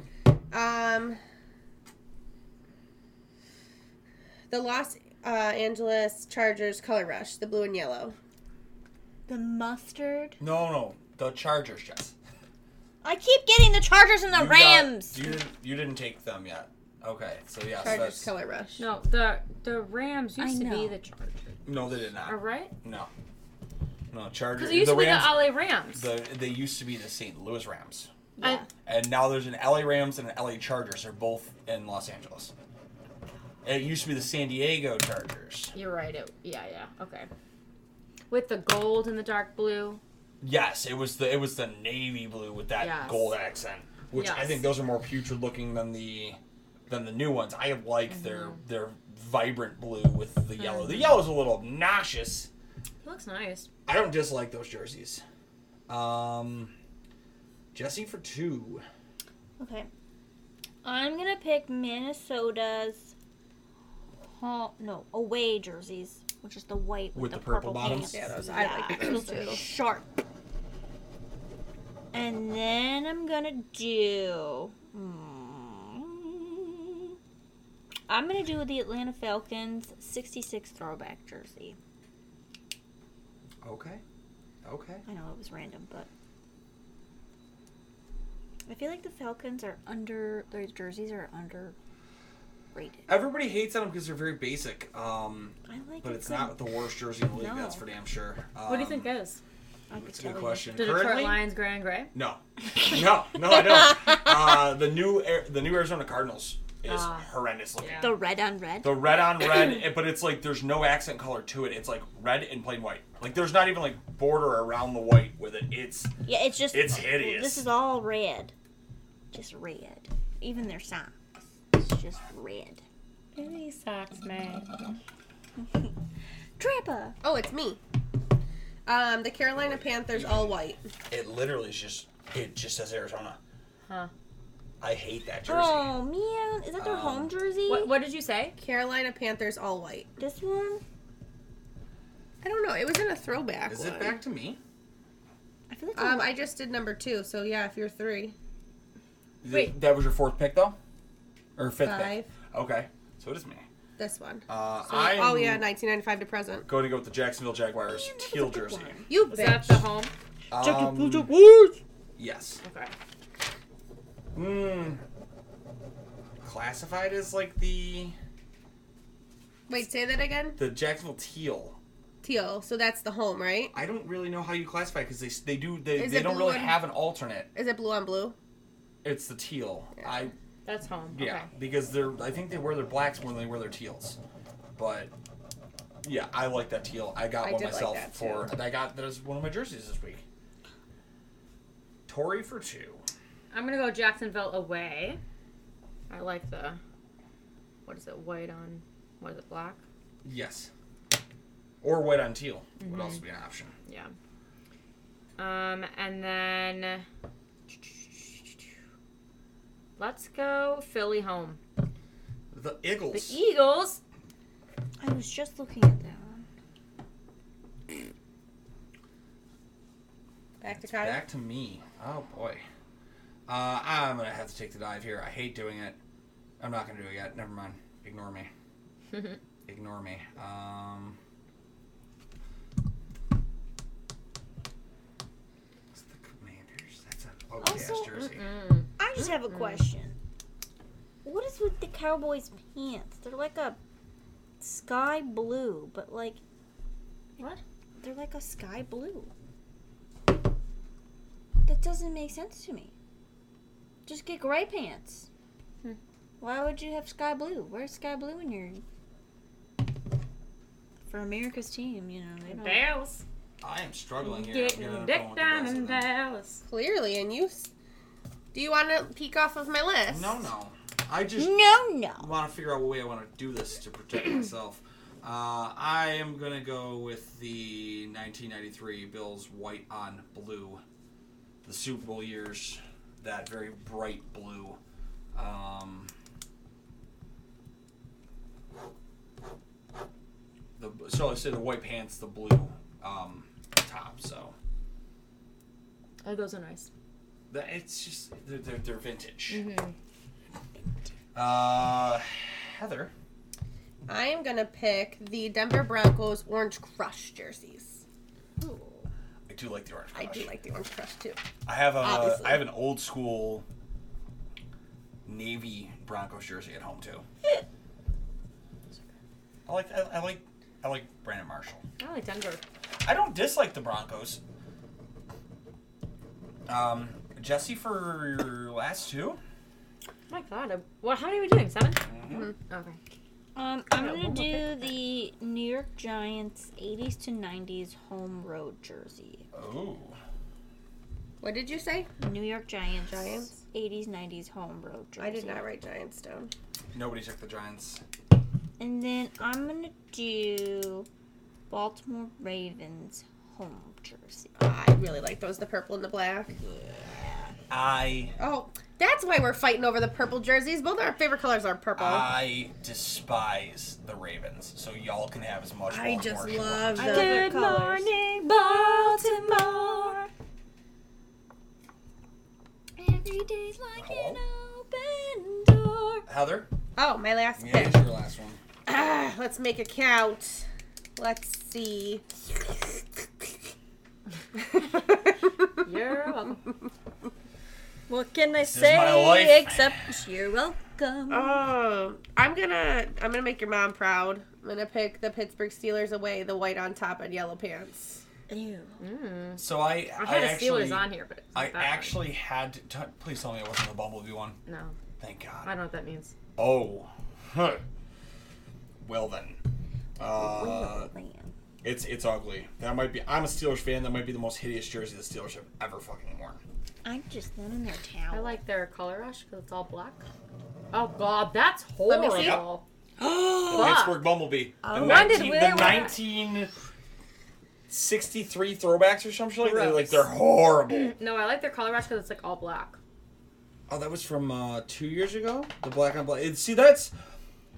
[SPEAKER 3] Um, the Los uh, Angeles Chargers color rush, the blue and yellow.
[SPEAKER 4] the mustard.
[SPEAKER 1] No, no, the Chargers, Jess.
[SPEAKER 4] I keep getting the Chargers and the
[SPEAKER 1] You got-
[SPEAKER 4] Rams.
[SPEAKER 1] you didn't. You didn't take them yet. Okay, so yes,
[SPEAKER 3] Chargers
[SPEAKER 1] that's
[SPEAKER 3] color rush.
[SPEAKER 2] No, the the Rams used
[SPEAKER 4] I
[SPEAKER 2] to
[SPEAKER 4] know.
[SPEAKER 2] be the Chargers.
[SPEAKER 1] no, they did
[SPEAKER 2] All
[SPEAKER 1] not.
[SPEAKER 2] right.
[SPEAKER 1] No, no Chargers.
[SPEAKER 2] Because it used
[SPEAKER 1] the
[SPEAKER 2] to be
[SPEAKER 1] Rams.
[SPEAKER 2] the LA Rams.
[SPEAKER 1] the, they used to be the St. Louis Rams,
[SPEAKER 2] I,
[SPEAKER 1] and now there's an LA Rams and an LA Chargers. They're both in Los Angeles. It used to be the San Diego Chargers.
[SPEAKER 2] you're right. It, yeah, yeah. Okay. With the gold and the dark blue.
[SPEAKER 1] Yes, it was the it was the navy blue with that
[SPEAKER 2] Yes.
[SPEAKER 1] gold accent, which I
[SPEAKER 2] Yes.
[SPEAKER 1] think those are more putrid looking than the than the new ones. I like their
[SPEAKER 2] Mm-hmm.
[SPEAKER 1] their vibrant blue with the yellow. The yellow's a little obnoxious.
[SPEAKER 2] It looks nice.
[SPEAKER 1] I don't dislike those jerseys. Um, Jesse for two.
[SPEAKER 4] Okay. I'm gonna pick Minnesota's home, no away jerseys, which is the white with,
[SPEAKER 1] With
[SPEAKER 4] the,
[SPEAKER 1] the purple bottoms?
[SPEAKER 4] pants.
[SPEAKER 3] Yeah, those- I like
[SPEAKER 4] Yeah,
[SPEAKER 3] those
[SPEAKER 4] those are
[SPEAKER 3] too.
[SPEAKER 4] Sharp. And then I'm gonna do. mm, I'm gonna do the Atlanta Falcons '66 throwback jersey.
[SPEAKER 1] Okay, okay.
[SPEAKER 4] I know it was random, but I feel like the Falcons are under their jerseys are underrated. rated.
[SPEAKER 1] Everybody hates on them because they're very basic. Um,
[SPEAKER 4] I like
[SPEAKER 1] but
[SPEAKER 4] it
[SPEAKER 1] it's
[SPEAKER 4] good.
[SPEAKER 1] not the worst jersey in the league.
[SPEAKER 4] No.
[SPEAKER 1] That's for damn sure.
[SPEAKER 2] What do you
[SPEAKER 1] Um,
[SPEAKER 2] think is?
[SPEAKER 4] I could
[SPEAKER 1] That's a good
[SPEAKER 4] tell you.
[SPEAKER 1] question.
[SPEAKER 2] The Detroit
[SPEAKER 1] Currently,
[SPEAKER 2] Lions gray and gray?
[SPEAKER 1] no,
[SPEAKER 2] [laughs]
[SPEAKER 1] no, no, I don't. Uh, the new Ar- the new Arizona Cardinals is
[SPEAKER 2] Ah.
[SPEAKER 1] horrendous looking.
[SPEAKER 2] Yeah.
[SPEAKER 4] The red on red.
[SPEAKER 1] The red on red,
[SPEAKER 2] [clears throat]
[SPEAKER 1] it- but it's like there's no accent color to it. It's like red and plain white. Like there's not even like border around the white with it. It's
[SPEAKER 4] yeah, it's just
[SPEAKER 1] It's hideous.
[SPEAKER 4] This is all red. Just red. Even their socks. It's just red.
[SPEAKER 2] Any socks, man.
[SPEAKER 4] Trappa.
[SPEAKER 3] Oh, it's me. Um, the Carolina Panthers all white.
[SPEAKER 1] it literally is just it just says Arizona.
[SPEAKER 2] Huh.
[SPEAKER 1] I hate that jersey.
[SPEAKER 4] Oh man, is that their
[SPEAKER 1] Um,
[SPEAKER 4] home jersey?
[SPEAKER 2] What, what did you say?
[SPEAKER 3] Carolina Panthers all white.
[SPEAKER 4] This one?
[SPEAKER 3] I don't know. It was in a throwback.
[SPEAKER 1] Is it
[SPEAKER 3] one.
[SPEAKER 1] back to me?
[SPEAKER 4] I feel like
[SPEAKER 3] Um, I just did number two, so yeah, if you're three,
[SPEAKER 1] Th-
[SPEAKER 2] Wait.
[SPEAKER 1] that was your fourth pick though, or fifth
[SPEAKER 3] five,
[SPEAKER 1] pick? Okay, so it is me.
[SPEAKER 3] this one.
[SPEAKER 1] Uh, I'm
[SPEAKER 3] Oh yeah, 1995 to present.
[SPEAKER 1] going to go with the Jacksonville Jaguars teal jersey.
[SPEAKER 3] You
[SPEAKER 2] Is
[SPEAKER 3] bitch.
[SPEAKER 2] that the home?
[SPEAKER 1] Um,
[SPEAKER 4] Jaguars.
[SPEAKER 1] yes.
[SPEAKER 2] Okay.
[SPEAKER 1] Mm, classified as like the
[SPEAKER 3] Wait, say that again.
[SPEAKER 1] the Jacksonville teal.
[SPEAKER 3] Teal. So that's the home, right?
[SPEAKER 1] I don't really know how you classify because they s- they do they,
[SPEAKER 3] Is
[SPEAKER 1] they
[SPEAKER 3] it
[SPEAKER 1] don't
[SPEAKER 3] blue
[SPEAKER 1] really
[SPEAKER 3] and-
[SPEAKER 1] have an alternate.
[SPEAKER 3] Is it blue on blue?
[SPEAKER 1] It's the teal. I
[SPEAKER 2] That's home.
[SPEAKER 1] yeah
[SPEAKER 2] Okay.
[SPEAKER 1] because they're I think they wear their blacks more than they wear their teals, but yeah I like that teal. I got
[SPEAKER 3] I
[SPEAKER 1] one
[SPEAKER 3] did like
[SPEAKER 1] myself
[SPEAKER 3] that,
[SPEAKER 1] for
[SPEAKER 3] too.
[SPEAKER 1] and I got that as one of my jerseys this week. Tory for two.
[SPEAKER 2] I'm gonna go Jacksonville away. I like the what is it, white on what is it, black?
[SPEAKER 1] Yes. Or white on teal would
[SPEAKER 3] Mm-hmm.
[SPEAKER 1] also be an option.
[SPEAKER 2] Yeah. Um, and then let's go Philly home.
[SPEAKER 1] The
[SPEAKER 2] The
[SPEAKER 1] Eagles.
[SPEAKER 2] Eagles.
[SPEAKER 4] I was just looking at that one.
[SPEAKER 3] Back to Kyle.
[SPEAKER 1] Back to me. Oh boy. Uh, I'm gonna have to take the dive here. I hate doing it. I'm not gonna do it yet. Never mind. Ignore me. Ignore me. Um. It's the Commanders. That's oh. an ugly ass
[SPEAKER 4] Also-
[SPEAKER 1] jersey.
[SPEAKER 2] Mm.
[SPEAKER 4] I just have a question. What is with the Cowboys' pants? They're like a sky blue, but like
[SPEAKER 2] What?
[SPEAKER 4] they're like a sky blue. That doesn't make sense to me. Just get gray pants.
[SPEAKER 2] Hmm.
[SPEAKER 4] Why would you have sky blue? Where's sky blue in your for America's team? You know they don't.
[SPEAKER 2] Dallas.
[SPEAKER 1] I am struggling here. I'm
[SPEAKER 2] Getting
[SPEAKER 1] gonna go
[SPEAKER 2] dick
[SPEAKER 1] with the
[SPEAKER 2] down
[SPEAKER 1] Bills
[SPEAKER 2] in
[SPEAKER 1] with that.
[SPEAKER 2] Dallas.
[SPEAKER 3] Clearly, and you. s- Do you want to peek off of my list?
[SPEAKER 1] No, no. I just
[SPEAKER 4] No, no.
[SPEAKER 1] want to figure out a way I want to do this to protect
[SPEAKER 3] [clears throat]
[SPEAKER 1] myself. Uh, I am gonna go with the 1993 Bills white on blue, the Super Bowl years, that very bright blue. Um, the so I said the white pants, the blue um, top. So
[SPEAKER 2] Oh, those are nice.
[SPEAKER 1] that, it's just they're they're, they're vintage.
[SPEAKER 3] Mm-hmm.
[SPEAKER 1] Uh, Heather.
[SPEAKER 3] I am gonna pick the Denver Broncos orange crush jerseys.
[SPEAKER 1] I do like the orange.
[SPEAKER 3] I do
[SPEAKER 1] Crush.
[SPEAKER 3] like the orange crush too.
[SPEAKER 1] I have a I
[SPEAKER 3] Obviously.
[SPEAKER 1] have an old school navy Broncos jersey at home too. I like I, I like I like Brandon Marshall.
[SPEAKER 2] I like Denver. Oh
[SPEAKER 1] I don't dislike the Broncos. Um, Jesse for your last two.
[SPEAKER 2] my God. I- What? How many are we doing? 7
[SPEAKER 1] Mm-hmm.
[SPEAKER 3] Mm-hmm.
[SPEAKER 2] Okay.
[SPEAKER 4] Um, I'm
[SPEAKER 2] Yeah,
[SPEAKER 4] gonna
[SPEAKER 2] we'll
[SPEAKER 4] do the New York Giants 80s to 90s home road jersey.
[SPEAKER 1] Oh,
[SPEAKER 3] What did you say?
[SPEAKER 4] New York Giants.
[SPEAKER 3] Giants?
[SPEAKER 4] 80s 90s home road jersey.
[SPEAKER 3] I did not write Giants down.
[SPEAKER 1] nobody took the Giants.
[SPEAKER 4] And then I'm gonna do Baltimore Ravens home jersey.
[SPEAKER 3] I really like those, the purple and the black.
[SPEAKER 1] I
[SPEAKER 3] Oh, that's why we're fighting over the purple jerseys. Both our favorite colors are purple.
[SPEAKER 1] I despise the Ravens, so y'all can have as much.
[SPEAKER 3] I
[SPEAKER 1] Baltimore
[SPEAKER 3] just
[SPEAKER 1] as you want.
[SPEAKER 3] love
[SPEAKER 4] I love
[SPEAKER 3] those.
[SPEAKER 4] their
[SPEAKER 2] Good
[SPEAKER 4] colors.
[SPEAKER 2] morning, Baltimore.
[SPEAKER 4] Every day's like
[SPEAKER 1] Hello?
[SPEAKER 4] an open door.
[SPEAKER 1] Heather.
[SPEAKER 3] Oh, my last
[SPEAKER 1] Yeah,
[SPEAKER 3] pick.
[SPEAKER 1] it's your last one.
[SPEAKER 3] Ah, let's make a count. Let's see.
[SPEAKER 2] You're welcome.
[SPEAKER 4] What can I
[SPEAKER 3] [laughs]
[SPEAKER 1] is my life.
[SPEAKER 4] except you're welcome. welcome.
[SPEAKER 3] Oh, I'm gonna I'm gonna make your mom proud. I'm gonna pick the Pittsburgh Steelers away, the white on top and yellow pants.
[SPEAKER 4] Ew.
[SPEAKER 1] So I,
[SPEAKER 2] I had
[SPEAKER 1] I
[SPEAKER 2] a
[SPEAKER 1] actually,
[SPEAKER 2] Steelers on here, but it's
[SPEAKER 1] I
[SPEAKER 2] not that one.
[SPEAKER 1] actually had to. T- please tell me it wasn't the Bumblebee one.
[SPEAKER 2] no,
[SPEAKER 1] Thank
[SPEAKER 2] I
[SPEAKER 1] God.
[SPEAKER 2] don't know what that means.
[SPEAKER 1] Oh. [laughs] Huh. Well then. Uh,
[SPEAKER 4] Man.
[SPEAKER 1] it's it's ugly. That might be. I'm a Steelers fan. That might be the most hideous jersey the Steelers have ever fucking worn.
[SPEAKER 4] I'm just wanting their towel.
[SPEAKER 2] I like their color rush because it's all black. Oh God, that's
[SPEAKER 3] me
[SPEAKER 2] horrible.
[SPEAKER 1] [gasps] The
[SPEAKER 2] Fuck.
[SPEAKER 3] see.
[SPEAKER 2] Oh,
[SPEAKER 1] Pittsburgh Bumblebee. The,
[SPEAKER 4] When
[SPEAKER 1] 19,
[SPEAKER 2] did
[SPEAKER 1] the
[SPEAKER 2] we- when-
[SPEAKER 1] 1963 throwbacks or some shit like that. Like
[SPEAKER 2] Gross.
[SPEAKER 1] they're horrible.
[SPEAKER 2] No, I like their color rush because it's like all black.
[SPEAKER 1] oh, that was from uh, two years ago. The black on black. It, see, that's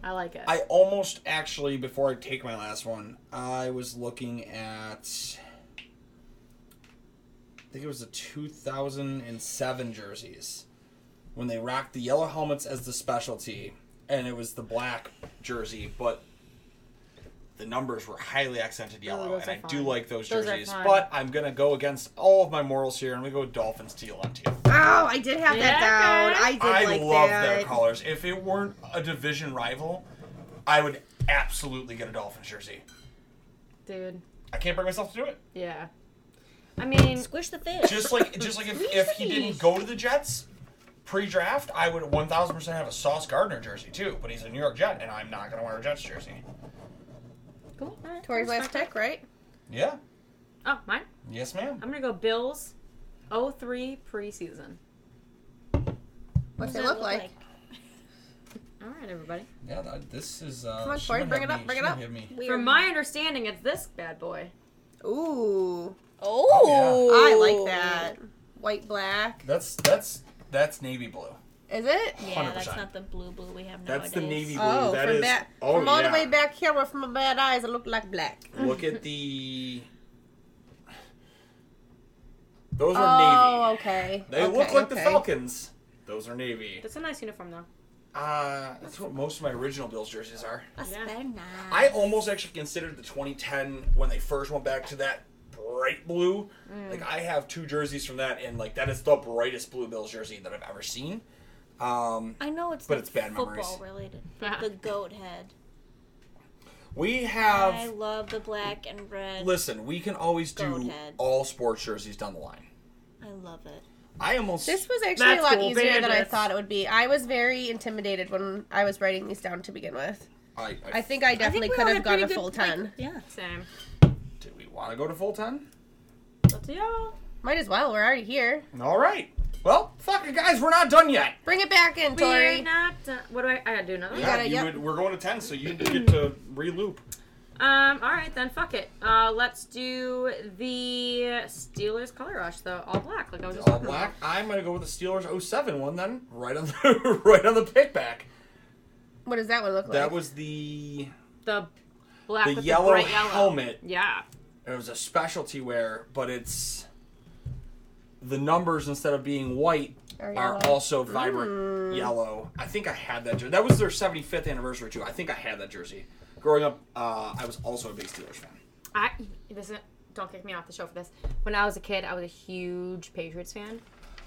[SPEAKER 2] I like it.
[SPEAKER 1] I almost actually before I take my last one, I was looking at. I think it was the 2007 jerseys when they rocked the yellow helmets as the specialty, and it was the black jersey, but the numbers were highly accented yellow,
[SPEAKER 2] those
[SPEAKER 1] and
[SPEAKER 2] are
[SPEAKER 1] I do
[SPEAKER 2] fun.
[SPEAKER 1] like those
[SPEAKER 2] Those are
[SPEAKER 1] jerseys.
[SPEAKER 2] fun.
[SPEAKER 1] but I'm gonna go against all of my morals here, and we go Dolphin Teal on teal.
[SPEAKER 3] Oh, I did have
[SPEAKER 2] Yeah.
[SPEAKER 3] that down. I did
[SPEAKER 1] I
[SPEAKER 3] like
[SPEAKER 1] love
[SPEAKER 3] that.
[SPEAKER 1] their colors. If it weren't a division rival, I would absolutely get a Dolphins jersey.
[SPEAKER 2] Dude,
[SPEAKER 1] I can't bring myself to do it.
[SPEAKER 2] yeah. I mean,
[SPEAKER 4] Squish the fish.
[SPEAKER 1] Just like just like if, if he didn't go to the Jets pre-draft, I would 1000% have a Sauce Gardner jersey too, but he's a New York Jet and I'm not going to wear a Jets jersey.
[SPEAKER 2] cool. all right,
[SPEAKER 3] Tori's
[SPEAKER 2] that's
[SPEAKER 3] last
[SPEAKER 2] fine.
[SPEAKER 3] pick, right?
[SPEAKER 1] Yeah.
[SPEAKER 2] Oh, mine.
[SPEAKER 1] Yes, ma'am.
[SPEAKER 2] I'm gonna go Bills. 03 preseason.
[SPEAKER 3] What's
[SPEAKER 4] Does
[SPEAKER 3] it look like?
[SPEAKER 2] All right, everybody.
[SPEAKER 1] Yeah, that, this is uh
[SPEAKER 3] Come on,
[SPEAKER 1] she
[SPEAKER 3] Corey,
[SPEAKER 1] might
[SPEAKER 3] bring
[SPEAKER 1] have
[SPEAKER 3] it up,
[SPEAKER 1] me-
[SPEAKER 3] bring
[SPEAKER 1] she
[SPEAKER 3] it
[SPEAKER 1] might
[SPEAKER 3] up.
[SPEAKER 1] have me.
[SPEAKER 4] Weird.
[SPEAKER 2] From my understanding, it's this bad boy.
[SPEAKER 3] Ooh,
[SPEAKER 4] Oh,
[SPEAKER 1] Oh,
[SPEAKER 3] I like that. White black.
[SPEAKER 1] That's that's that's navy blue.
[SPEAKER 3] Is it?
[SPEAKER 4] Yeah, that's
[SPEAKER 1] 100%.
[SPEAKER 4] not the blue blue we have nowadays.
[SPEAKER 1] That's the navy blue.
[SPEAKER 3] Oh,
[SPEAKER 1] that
[SPEAKER 3] from
[SPEAKER 1] is
[SPEAKER 3] back,
[SPEAKER 1] oh,
[SPEAKER 3] from all
[SPEAKER 1] yeah.
[SPEAKER 3] the way back here, where from my bad eyes, it looked like black.
[SPEAKER 1] Look at the. Those are
[SPEAKER 3] Oh,
[SPEAKER 1] navy.
[SPEAKER 3] okay.
[SPEAKER 1] They
[SPEAKER 3] okay,
[SPEAKER 1] look like the
[SPEAKER 3] okay.
[SPEAKER 1] Falcons. Those are navy.
[SPEAKER 2] That's a nice uniform, [laughs] though.
[SPEAKER 1] Uh, that's what most of my original Bills jerseys are.
[SPEAKER 4] That's
[SPEAKER 2] Yeah.
[SPEAKER 4] very nice.
[SPEAKER 1] I almost actually considered the 2010 when they first went back to that bright blue. Like I have two jerseys from that, and like that is the brightest blue Bills jersey that I've ever seen. Um,
[SPEAKER 4] I know it's
[SPEAKER 1] But
[SPEAKER 4] not
[SPEAKER 1] it's bad
[SPEAKER 4] football
[SPEAKER 1] memories.
[SPEAKER 4] related. but the goat head.
[SPEAKER 1] we
[SPEAKER 4] I
[SPEAKER 1] have.
[SPEAKER 4] love the black and red.
[SPEAKER 1] Listen, we can always do
[SPEAKER 4] Goathead.
[SPEAKER 1] all sports jerseys down the line.
[SPEAKER 4] I love it.
[SPEAKER 1] I almost
[SPEAKER 3] This was actually
[SPEAKER 2] That's
[SPEAKER 3] a lot
[SPEAKER 2] cool,
[SPEAKER 3] easier than I
[SPEAKER 2] bandits.
[SPEAKER 3] thought it would be. I was very intimidated when I was writing these down to begin with.
[SPEAKER 1] I,
[SPEAKER 3] I think I definitely
[SPEAKER 4] we
[SPEAKER 3] could
[SPEAKER 4] all
[SPEAKER 3] have
[SPEAKER 4] had
[SPEAKER 3] gone
[SPEAKER 4] pretty
[SPEAKER 3] a
[SPEAKER 4] good,
[SPEAKER 3] full
[SPEAKER 4] like,
[SPEAKER 3] 10.
[SPEAKER 4] yeah.
[SPEAKER 2] [laughs] Same.
[SPEAKER 1] Do we want to go to full 10?
[SPEAKER 2] Up to y'all.
[SPEAKER 3] Might as well. We're already here.
[SPEAKER 1] All right. Well, fuck it, guys. We're not done yet.
[SPEAKER 3] Bring it back in,
[SPEAKER 2] We're
[SPEAKER 3] Tori.
[SPEAKER 2] not done. What do I? I gotta do another. one?
[SPEAKER 3] gotta- yep.
[SPEAKER 1] we're going to 10, so you get to reloop.
[SPEAKER 2] Um. All right, then. Fuck it. Uh, let's do the Steelers color rush, though. All black, like I was just
[SPEAKER 1] All
[SPEAKER 2] talking about.
[SPEAKER 1] black. I'm going to go with the Steelers 07 one then, right on the [laughs] right on the pick back.
[SPEAKER 3] What does that one look like?
[SPEAKER 1] That was the
[SPEAKER 2] The black
[SPEAKER 1] the
[SPEAKER 2] with
[SPEAKER 1] yellow,
[SPEAKER 2] the bright yellow
[SPEAKER 1] helmet.
[SPEAKER 2] Yeah.
[SPEAKER 1] It was a specialty wear, but it's the numbers instead of being white
[SPEAKER 3] Are
[SPEAKER 1] are
[SPEAKER 3] yellow.
[SPEAKER 1] also
[SPEAKER 2] Mm.
[SPEAKER 1] vibrant yellow. I think I had that jersey. That was their 75th anniversary too. I think I had that jersey. Growing up, uh, I was also a big Steelers fan.
[SPEAKER 2] I. This is. Don't kick me off the show for this. When I was a kid, I was a huge Patriots fan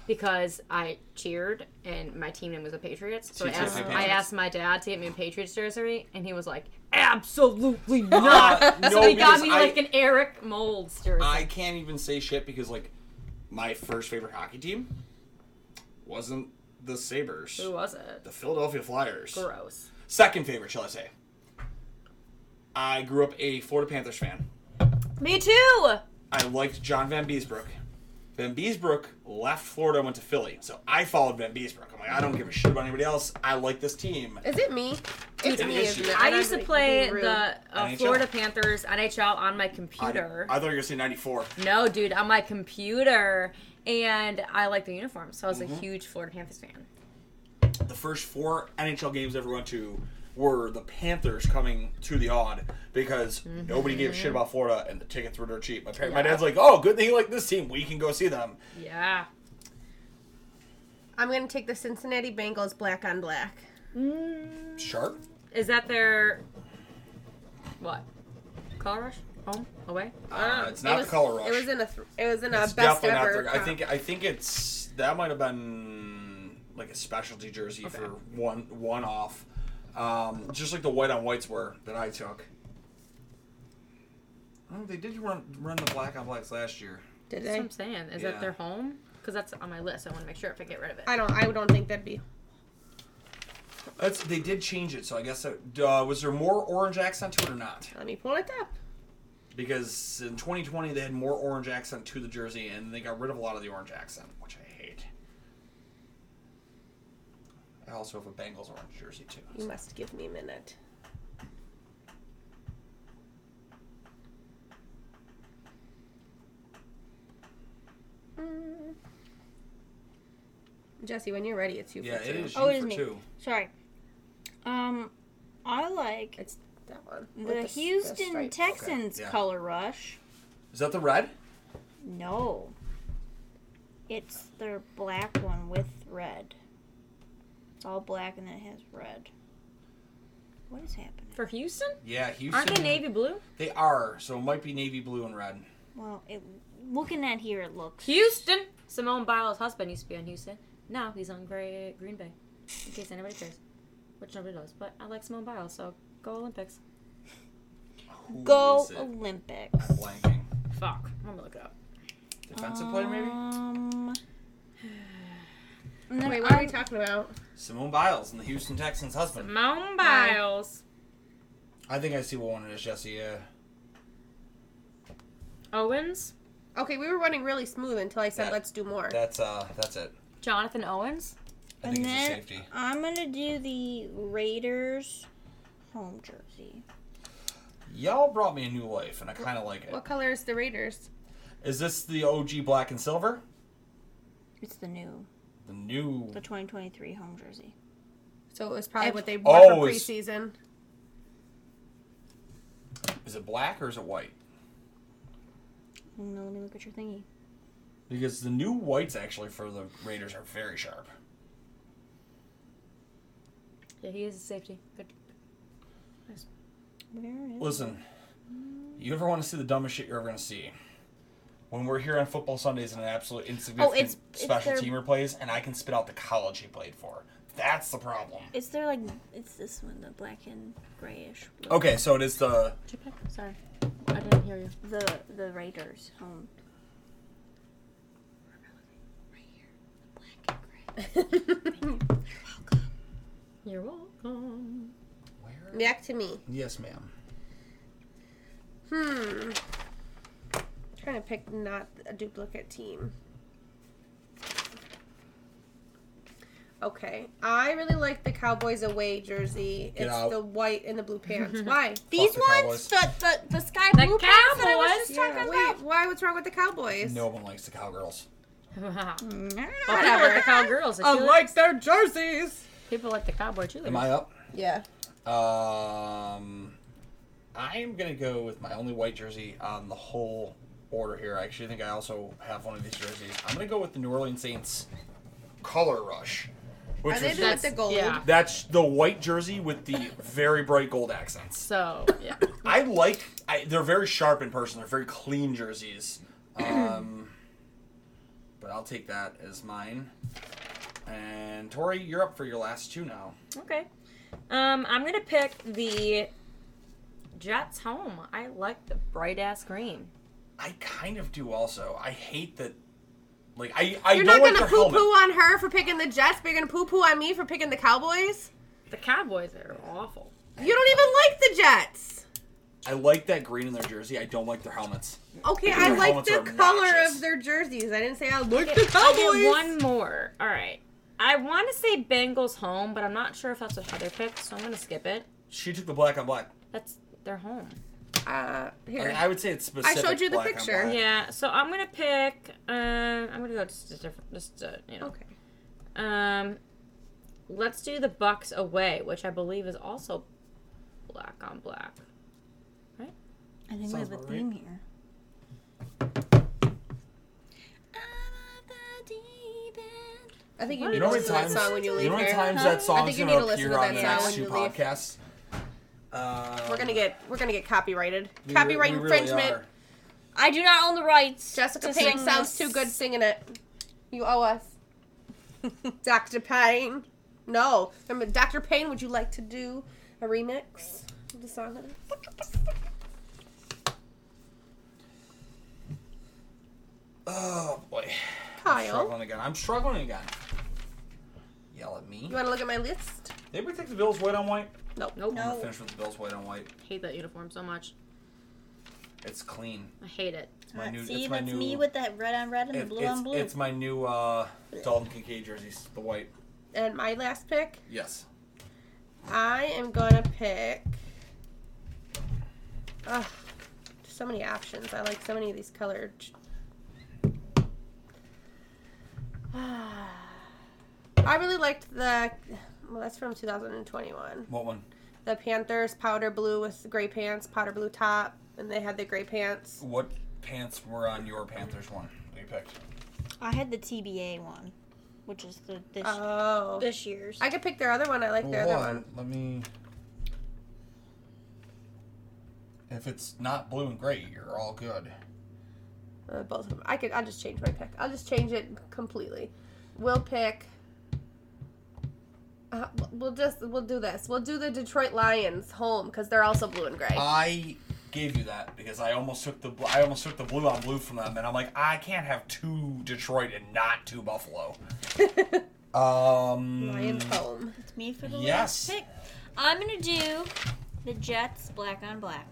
[SPEAKER 2] because I cheered and my team name was the Patriots. So I
[SPEAKER 1] you chose
[SPEAKER 2] asked,
[SPEAKER 1] the
[SPEAKER 2] I
[SPEAKER 1] Patriots?
[SPEAKER 2] asked my dad to get me a Patriots jersey, and he was like,
[SPEAKER 1] [laughs]
[SPEAKER 2] "Absolutely not."
[SPEAKER 1] Uh,
[SPEAKER 2] [laughs] so
[SPEAKER 1] no,
[SPEAKER 2] he got
[SPEAKER 1] because
[SPEAKER 2] me
[SPEAKER 1] I-
[SPEAKER 2] like an Eric Molds jersey.
[SPEAKER 1] I can't even say shit because like my first favorite hockey team wasn't the Sabres.
[SPEAKER 2] Who was it?
[SPEAKER 1] The Philadelphia Flyers.
[SPEAKER 2] Gross.
[SPEAKER 1] Second favorite, shall I say. I grew up a Florida Panthers fan.
[SPEAKER 4] Me too.
[SPEAKER 1] I liked John Van Beesbrook. Van Beesbrook left Florida and went to Philly. So I followed Van Beesbrook. I'm like, I don't give a shit about anybody else. I like this team.
[SPEAKER 3] Is it me? It's
[SPEAKER 1] It
[SPEAKER 3] me,
[SPEAKER 1] is
[SPEAKER 3] isn't
[SPEAKER 1] you.
[SPEAKER 3] it?
[SPEAKER 2] I
[SPEAKER 3] And I'm,
[SPEAKER 2] used to
[SPEAKER 3] like,
[SPEAKER 2] play
[SPEAKER 3] being rude.
[SPEAKER 2] the uh,
[SPEAKER 1] NHL?
[SPEAKER 2] Florida Panthers NHL on my
[SPEAKER 1] I, I
[SPEAKER 2] computer.
[SPEAKER 1] thought you were going to say 94.
[SPEAKER 2] no, dude, on my computer. And I liked the uniform, so I was
[SPEAKER 1] Mm-hmm.
[SPEAKER 2] a huge Florida Panthers fan.
[SPEAKER 1] the first four NHL games I ever went to were the Panthers coming to the odd because
[SPEAKER 3] Mm-hmm.
[SPEAKER 1] nobody gave a shit about Florida and the tickets were dirt cheap. My, par- my
[SPEAKER 2] Yeah.
[SPEAKER 1] dad's like, oh, good thing you like this team. We can go see them.
[SPEAKER 2] Yeah.
[SPEAKER 3] I'm going to take the Cincinnati Bengals black on black.
[SPEAKER 1] Sharp.
[SPEAKER 2] Is that their what? Color rush? Home? Away?
[SPEAKER 1] Uh,
[SPEAKER 3] Um,
[SPEAKER 1] it's
[SPEAKER 3] it
[SPEAKER 1] not
[SPEAKER 3] was-
[SPEAKER 1] the color rush.
[SPEAKER 3] It was in a, th- it was in a
[SPEAKER 1] It's
[SPEAKER 3] best
[SPEAKER 1] definitely
[SPEAKER 3] ever.
[SPEAKER 1] not the, I
[SPEAKER 3] comp.
[SPEAKER 1] think I think it's that might have been like a specialty jersey for one one off, um, just like the white on whites were that I took. Oh, they did run run the black on blacks last year.
[SPEAKER 3] Did
[SPEAKER 2] That's what
[SPEAKER 3] they?
[SPEAKER 2] I'm saying. Is
[SPEAKER 1] Yeah.
[SPEAKER 2] that their home? Because that's on my list. I want to make sure if I get rid of it.
[SPEAKER 3] I don't. I don't think that'd be.
[SPEAKER 1] That's they did change it, so I guess it, uh, was there more orange accent to it or not?
[SPEAKER 3] Let me pull it up.
[SPEAKER 1] Because in 2020 they had more orange accent to the jersey, and they got rid of a lot of the orange accent, which I hate. I also have a Bengals orange jersey too.
[SPEAKER 3] You must give me a minute. Mm. Jesse, when you're ready, it's you.
[SPEAKER 1] Yeah,
[SPEAKER 3] for
[SPEAKER 1] it
[SPEAKER 3] two.
[SPEAKER 1] is.
[SPEAKER 4] Oh,
[SPEAKER 1] you
[SPEAKER 4] it is
[SPEAKER 1] for
[SPEAKER 4] me.
[SPEAKER 1] two.
[SPEAKER 4] Sorry. Um, I like
[SPEAKER 3] It's that one.
[SPEAKER 4] the,
[SPEAKER 3] with s- the
[SPEAKER 4] Houston
[SPEAKER 3] stripes.
[SPEAKER 4] Texans
[SPEAKER 1] yeah.
[SPEAKER 4] color rush.
[SPEAKER 1] Is that the red?
[SPEAKER 4] No. It's their black one with red. It's all black and then it has red. What is happening?
[SPEAKER 2] For Houston?
[SPEAKER 1] Yeah, Houston.
[SPEAKER 2] Aren't they navy blue?
[SPEAKER 1] They are, so it might be navy blue and red.
[SPEAKER 4] Well, it, looking at here, it looks.
[SPEAKER 2] Houston! Simone Biles' husband used to be on Houston. Now he's on Gray, Green Bay. In case anybody cares. Which nobody knows. But I like Simone Biles, so go Olympics.
[SPEAKER 1] Who
[SPEAKER 4] Go
[SPEAKER 1] is it?
[SPEAKER 4] Olympics.
[SPEAKER 1] I'm blanking.
[SPEAKER 2] Fuck. I'm going to look it up.
[SPEAKER 1] Defensive player maybe?
[SPEAKER 4] Um. and then
[SPEAKER 3] Wait, what are we
[SPEAKER 4] on-
[SPEAKER 3] talking about?
[SPEAKER 1] Simone Biles and the Houston Texans husband.
[SPEAKER 2] Simone Biles.
[SPEAKER 1] I think I see what one it is, Jesse. Uh,
[SPEAKER 2] Owens.
[SPEAKER 3] Okay, we were running really smooth until I said
[SPEAKER 1] That-
[SPEAKER 3] let's do more.
[SPEAKER 1] that's uh that's it.
[SPEAKER 2] Jonathan Owens.
[SPEAKER 1] I
[SPEAKER 4] and
[SPEAKER 1] think it's a
[SPEAKER 4] then
[SPEAKER 1] safety.
[SPEAKER 4] I'm gonna do the Raiders home jersey.
[SPEAKER 1] Y'all brought me a new life and I kinda like it.
[SPEAKER 3] what color is the Raiders?
[SPEAKER 1] Is this the OG black and silver?
[SPEAKER 4] It's the new,
[SPEAKER 1] The new
[SPEAKER 4] the 2023 home jersey.
[SPEAKER 3] So it was probably
[SPEAKER 4] If-
[SPEAKER 3] what they wore
[SPEAKER 1] Oh,
[SPEAKER 3] for
[SPEAKER 1] it's-
[SPEAKER 3] preseason.
[SPEAKER 1] is it black or is it white?
[SPEAKER 4] No, let me look at your thingy.
[SPEAKER 1] Because the new whites actually for the Raiders are very sharp.
[SPEAKER 2] Yeah, he is a safety. Good.
[SPEAKER 4] Where is?
[SPEAKER 1] Listen, you ever want to see the dumbest shit you're ever gonna see? When we're here on Football Sundays and an absolute insignificant
[SPEAKER 4] Oh, it's- it's
[SPEAKER 1] special
[SPEAKER 4] their-
[SPEAKER 1] teamer plays, and I can spit out the college he played for. That's the problem.
[SPEAKER 4] It's there like it's this one, the black and grayish. blue.
[SPEAKER 1] Okay, so it is the
[SPEAKER 2] Did you pick? Sorry. I didn't hear you.
[SPEAKER 4] The the Raiders home.
[SPEAKER 2] You're welcome.
[SPEAKER 1] where?
[SPEAKER 3] [laughs] Back to me.
[SPEAKER 1] Yes, ma'am.
[SPEAKER 3] Hmm. Trying to pick not a duplicate team. Okay, I really like the Cowboys away jersey.
[SPEAKER 1] Get
[SPEAKER 3] it's
[SPEAKER 1] out.
[SPEAKER 3] the white and the blue pants. Why?
[SPEAKER 4] These
[SPEAKER 1] the Cowboys.
[SPEAKER 4] ones, the, the the sky
[SPEAKER 2] The
[SPEAKER 4] blue pants that I was
[SPEAKER 2] Cowboys? [laughs]
[SPEAKER 4] just
[SPEAKER 3] Yeah,
[SPEAKER 4] talking
[SPEAKER 3] wait, why? What's wrong with the Cowboys?
[SPEAKER 1] No one likes the cowgirls.
[SPEAKER 2] well, people
[SPEAKER 3] [laughs]
[SPEAKER 4] about.
[SPEAKER 2] like the cowgirls. The cheerleaders.
[SPEAKER 3] their jerseys.
[SPEAKER 2] People like the cowboy cheerleaders.
[SPEAKER 1] Am I up?
[SPEAKER 3] Yeah.
[SPEAKER 1] Um, I am gonna go with my only white jersey on the whole order here. I actually think I also have one of these jerseys. I'm gonna go with the New Orleans Saints color rush, which
[SPEAKER 3] Are they
[SPEAKER 1] was-
[SPEAKER 3] the with the gold.
[SPEAKER 2] Yeah.
[SPEAKER 1] That's the white jersey with the very bright gold accents.
[SPEAKER 2] So, yeah.
[SPEAKER 1] I like. I, they're very sharp in person. They're very clean jerseys. Um, but I'll take that as mine. And Tori, you're up for your last two now.
[SPEAKER 2] [coughs] Okay. Um, I'm gonna pick the Jets home. I like the bright ass green.
[SPEAKER 1] I kind of do also. I hate that. Like I, I
[SPEAKER 3] You're
[SPEAKER 1] don't
[SPEAKER 3] not
[SPEAKER 1] like
[SPEAKER 3] gonna
[SPEAKER 1] their
[SPEAKER 3] poo
[SPEAKER 1] helmet.
[SPEAKER 3] poo on her for picking the Jets, but you're gonna poo poo on me for picking the Cowboys.
[SPEAKER 2] The Cowboys are awful.
[SPEAKER 3] You don't even like the Jets.
[SPEAKER 1] I like that green in their jersey. I don't like their helmets.
[SPEAKER 3] Okay, I
[SPEAKER 1] Their
[SPEAKER 3] like
[SPEAKER 1] helmets
[SPEAKER 3] the
[SPEAKER 1] are
[SPEAKER 3] color
[SPEAKER 1] obnoxious.
[SPEAKER 3] of their jerseys. I didn't say I like the
[SPEAKER 2] I'll get
[SPEAKER 3] Cowboys.
[SPEAKER 2] one more. All right. I want to say Bengals home, but I'm not sure if that's what Heather picked, so I'm gonna skip it.
[SPEAKER 1] She took the black on black.
[SPEAKER 2] That's their home.
[SPEAKER 3] Uh,
[SPEAKER 1] I,
[SPEAKER 3] here.
[SPEAKER 1] I would say it's specific.
[SPEAKER 3] you the
[SPEAKER 1] black on
[SPEAKER 3] picture.
[SPEAKER 1] black.
[SPEAKER 2] Yeah. So I'm gonna pick. Um, I'm gonna go just a different. Just uh, you know.
[SPEAKER 3] okay.
[SPEAKER 2] Um, let's do the Bucks away, which I believe is also black on black.
[SPEAKER 4] I think we
[SPEAKER 1] Sounds
[SPEAKER 4] have a
[SPEAKER 1] about right.
[SPEAKER 4] theme here.
[SPEAKER 3] I think you
[SPEAKER 2] What?
[SPEAKER 3] need
[SPEAKER 1] You know how many
[SPEAKER 3] to listen to that
[SPEAKER 1] times?
[SPEAKER 3] song when you leave
[SPEAKER 1] you know how many
[SPEAKER 3] here.
[SPEAKER 1] times
[SPEAKER 4] I
[SPEAKER 1] that song's
[SPEAKER 3] think you
[SPEAKER 1] gonna
[SPEAKER 3] need to listen
[SPEAKER 1] appear
[SPEAKER 3] to
[SPEAKER 1] on the
[SPEAKER 3] that song
[SPEAKER 1] next
[SPEAKER 3] when
[SPEAKER 1] two
[SPEAKER 3] you leave.
[SPEAKER 1] podcasts? Uh,
[SPEAKER 3] We're gonna get we're gonna get copyrighted.
[SPEAKER 1] we re-
[SPEAKER 3] Copyright
[SPEAKER 1] we really
[SPEAKER 3] infringement.
[SPEAKER 1] are.
[SPEAKER 4] I do not own the rights.
[SPEAKER 3] Jessica
[SPEAKER 4] to
[SPEAKER 3] Payne
[SPEAKER 4] sing
[SPEAKER 3] sounds
[SPEAKER 4] this.
[SPEAKER 3] too good singing it. You owe us. Dr. Payne. No. Remember, Dr. Payne, would you like to do a remix of the song?
[SPEAKER 1] Oh boy. I'm
[SPEAKER 3] Kyle.
[SPEAKER 1] struggling again. I'm struggling again. Yell at me.
[SPEAKER 3] You want to look at my list?
[SPEAKER 1] Did we take the Bills white on white?
[SPEAKER 3] Nope.
[SPEAKER 2] Nope.
[SPEAKER 1] I'm gonna
[SPEAKER 4] No.
[SPEAKER 1] finish with the Bills white on white.
[SPEAKER 2] I hate that uniform so much.
[SPEAKER 1] It's clean.
[SPEAKER 2] I hate [laughs] it.
[SPEAKER 1] It's my new.
[SPEAKER 4] See,
[SPEAKER 1] it's my
[SPEAKER 4] that's
[SPEAKER 1] new,
[SPEAKER 4] me with that red on red and
[SPEAKER 1] it-
[SPEAKER 4] the blue
[SPEAKER 1] it's,
[SPEAKER 4] on blue.
[SPEAKER 1] It's my new uh, Dalton Kincaid jerseys. The white.
[SPEAKER 3] And my last pick,
[SPEAKER 1] Yes.
[SPEAKER 3] I am going to pick. Ugh. So many options. I like so many of these colored. [sighs] I really liked the. Well, that's from 2021.
[SPEAKER 1] What one?
[SPEAKER 3] The Panthers powder blue with gray pants, powder blue top, and they had the gray pants.
[SPEAKER 1] What pants were on your Panthers one that you picked?
[SPEAKER 4] I had the TBA one, which is the this,
[SPEAKER 3] Oh.
[SPEAKER 4] this year's.
[SPEAKER 3] I could pick their other one. I like their
[SPEAKER 1] Well,
[SPEAKER 3] other
[SPEAKER 1] hold on, Let
[SPEAKER 3] one.
[SPEAKER 1] me. If it's not blue and gray, you're all good.
[SPEAKER 3] Uh, both of them. I could. I'll just change my pick. I'll just change it completely. We'll pick. Uh, we'll just we'll do this. We'll do the Detroit Lions home because they're also blue and
[SPEAKER 1] Ah.
[SPEAKER 3] gray.
[SPEAKER 1] I gave you that because I almost took the bl- I almost took the blue on blue from them, and I'm like, I can't have two Detroit and not two Buffalo. um.
[SPEAKER 3] Lions home.
[SPEAKER 4] It's me for the
[SPEAKER 1] Yes.
[SPEAKER 4] last pick. I'm gonna do the Jets black on black.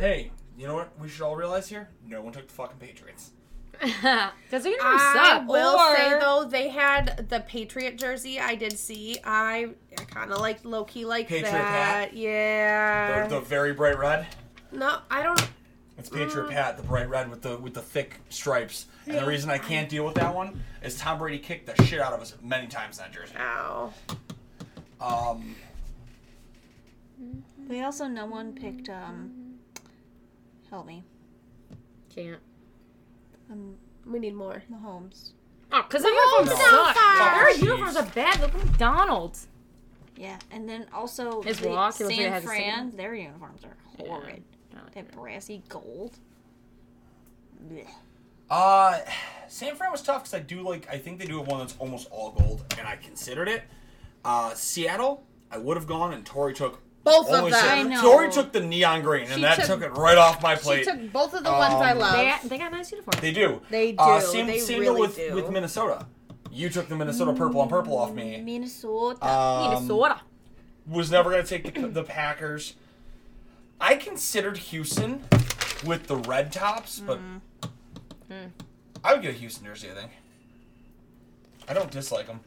[SPEAKER 1] Hey, you know what? We should all realize here: no one took the fucking Patriots.
[SPEAKER 2] Because the uniform
[SPEAKER 3] I
[SPEAKER 1] Ah,
[SPEAKER 2] sucks.
[SPEAKER 3] will say
[SPEAKER 4] Or-
[SPEAKER 3] though they had the Patriot jersey. I did see. I, I kind of liked low key like
[SPEAKER 1] Patriot
[SPEAKER 3] that.
[SPEAKER 1] hat?
[SPEAKER 3] Yeah.
[SPEAKER 1] The, the very bright red.
[SPEAKER 3] no, I don't.
[SPEAKER 1] It's
[SPEAKER 3] Mm.
[SPEAKER 1] Patriot Pat, the bright red with the with the thick stripes. And the reason I can't deal with that one is Tom Brady kicked the shit out of us many times in that jersey.
[SPEAKER 3] Ow.
[SPEAKER 1] Um,
[SPEAKER 4] We also no one picked um. Help me,
[SPEAKER 2] Can't.
[SPEAKER 4] um,
[SPEAKER 3] We need more.
[SPEAKER 4] Mahomes.
[SPEAKER 2] Oh, because the uniform
[SPEAKER 1] don't
[SPEAKER 2] sucks.
[SPEAKER 1] suck.
[SPEAKER 2] Their
[SPEAKER 1] Jeez.
[SPEAKER 2] uniforms are bad. Look at McDonald's.
[SPEAKER 4] Yeah, and then also
[SPEAKER 2] His
[SPEAKER 4] the
[SPEAKER 2] walk, it was really hard
[SPEAKER 4] San
[SPEAKER 2] to see.
[SPEAKER 4] Fran. Their uniforms are horrid.
[SPEAKER 2] I don't like
[SPEAKER 4] That brassy gold. Blech.
[SPEAKER 1] uh, San Fran was tough because I do like. I think they do have one that's almost all gold, and I considered it. Uh, Seattle, I would have gone, and Tori took
[SPEAKER 3] Both of
[SPEAKER 1] only
[SPEAKER 3] them.
[SPEAKER 1] Sa-
[SPEAKER 4] I know.
[SPEAKER 1] Tori took the neon green, and
[SPEAKER 3] She
[SPEAKER 1] that
[SPEAKER 3] took-
[SPEAKER 1] took it right off my
[SPEAKER 3] She
[SPEAKER 1] plate.
[SPEAKER 3] took both of the ones I
[SPEAKER 1] Um,
[SPEAKER 3] love.
[SPEAKER 2] They, they got nice uniforms.
[SPEAKER 1] They do.
[SPEAKER 3] They
[SPEAKER 1] Uh,
[SPEAKER 3] do.
[SPEAKER 1] same
[SPEAKER 3] They
[SPEAKER 1] same
[SPEAKER 3] really
[SPEAKER 1] deal with
[SPEAKER 3] do.
[SPEAKER 1] with Minnesota. You took the Minnesota purple on purple off me.
[SPEAKER 4] Minnesota.
[SPEAKER 1] Um,
[SPEAKER 2] Minnesota.
[SPEAKER 1] was never going to take the, the Packers. I considered Houston with the red tops, but I would get a Houston jersey. I think I don't dislike them.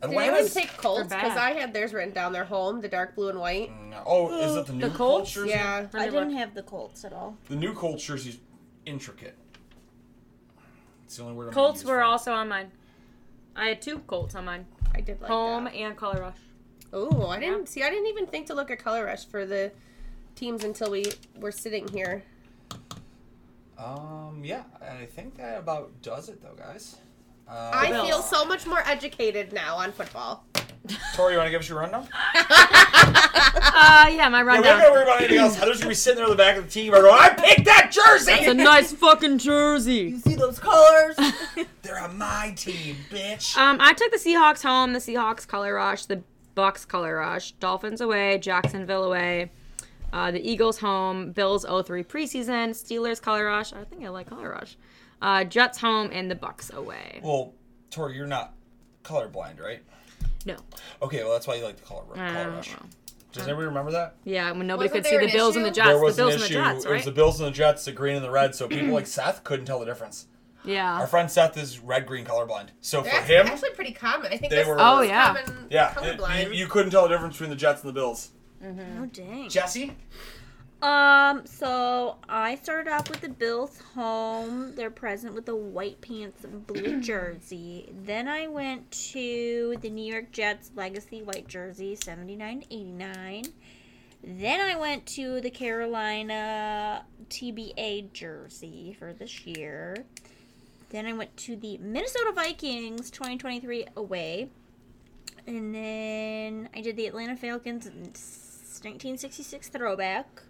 [SPEAKER 3] Did anyone
[SPEAKER 1] Atlanta's
[SPEAKER 3] take Colts?
[SPEAKER 2] They're
[SPEAKER 3] Because
[SPEAKER 2] bad.
[SPEAKER 3] I had theirs written down. Their home, the dark blue and white.
[SPEAKER 1] oh, is it the new
[SPEAKER 2] Colts?
[SPEAKER 1] Colts jersey?
[SPEAKER 3] Yeah.
[SPEAKER 4] I didn't have the Colts at all.
[SPEAKER 1] The new Colts jersey's intricate. It's the only word. I'm gonna
[SPEAKER 2] Colts
[SPEAKER 1] use
[SPEAKER 2] were
[SPEAKER 1] for it.
[SPEAKER 2] also on mine. I had two Colts on mine.
[SPEAKER 3] I did like
[SPEAKER 2] Home
[SPEAKER 3] that.
[SPEAKER 2] and Color Rush.
[SPEAKER 3] Oh, I didn't see. I didn't even think to look at color rush for the teams until we were sitting here.
[SPEAKER 1] Um, yeah, I think that about does it though, guys. Uh,
[SPEAKER 3] I
[SPEAKER 2] Bills.
[SPEAKER 3] feel so much more educated now on football.
[SPEAKER 1] Tori, you want to give us your rundown?
[SPEAKER 2] Uh, yeah, my
[SPEAKER 1] Yeah, we don't
[SPEAKER 2] rundown.
[SPEAKER 1] gotta worry about anything else. Heather's gonna be sitting there in the back of the team, going, "I picked that jersey."
[SPEAKER 2] It's a nice fucking jersey.
[SPEAKER 1] See those colors? They're on my team, bitch.
[SPEAKER 2] Um, I took the Seahawks home, the Seahawks color rush, the Bucks color rush, Dolphins away, Jacksonville away, uh, the Eagles home, Bills 03 preseason, Steelers color rush. I think I like color rush. Uh, Jets home and the Bucks away.
[SPEAKER 1] Well, Tori, you're not colorblind, right?
[SPEAKER 2] No,
[SPEAKER 1] Okay, well that's why you like the color, color
[SPEAKER 2] I don't
[SPEAKER 1] rush.
[SPEAKER 2] know.
[SPEAKER 1] Does everybody remember that?
[SPEAKER 2] Yeah, when nobody could
[SPEAKER 3] Wasn't
[SPEAKER 2] see
[SPEAKER 3] there
[SPEAKER 2] the
[SPEAKER 3] an
[SPEAKER 2] Bills and the
[SPEAKER 3] issue?
[SPEAKER 2] Jets,
[SPEAKER 1] there
[SPEAKER 2] the
[SPEAKER 1] was
[SPEAKER 2] Bills
[SPEAKER 1] an
[SPEAKER 2] and the
[SPEAKER 1] issue.
[SPEAKER 2] Jets,
[SPEAKER 1] It was
[SPEAKER 2] right?
[SPEAKER 1] the Bills and the Jets, the green and the
[SPEAKER 2] [clears throat]
[SPEAKER 1] red. So people like Seth couldn't tell the difference.
[SPEAKER 2] yeah.
[SPEAKER 1] Our friend Seth is red green colorblind. So for
[SPEAKER 3] That's
[SPEAKER 1] him,
[SPEAKER 3] actually pretty common. I think
[SPEAKER 1] They
[SPEAKER 3] that's
[SPEAKER 1] were-
[SPEAKER 3] the
[SPEAKER 1] Oh,
[SPEAKER 3] most
[SPEAKER 2] yeah.
[SPEAKER 3] common
[SPEAKER 1] yeah,
[SPEAKER 3] colorblind.
[SPEAKER 1] it- you, you couldn't tell the difference between the Jets and the Bills.
[SPEAKER 4] Oh dang.
[SPEAKER 1] Jesse,
[SPEAKER 4] Um, so I started off with the Bills home. They're present with the white pants and blue jersey. Then I went to the New York Jets legacy white jersey, 79 89. Then I went to the Carolina TBA jersey for this year. Then I went to the Minnesota Vikings 2023 away. And then I did the Atlanta Falcons 1966 throwback.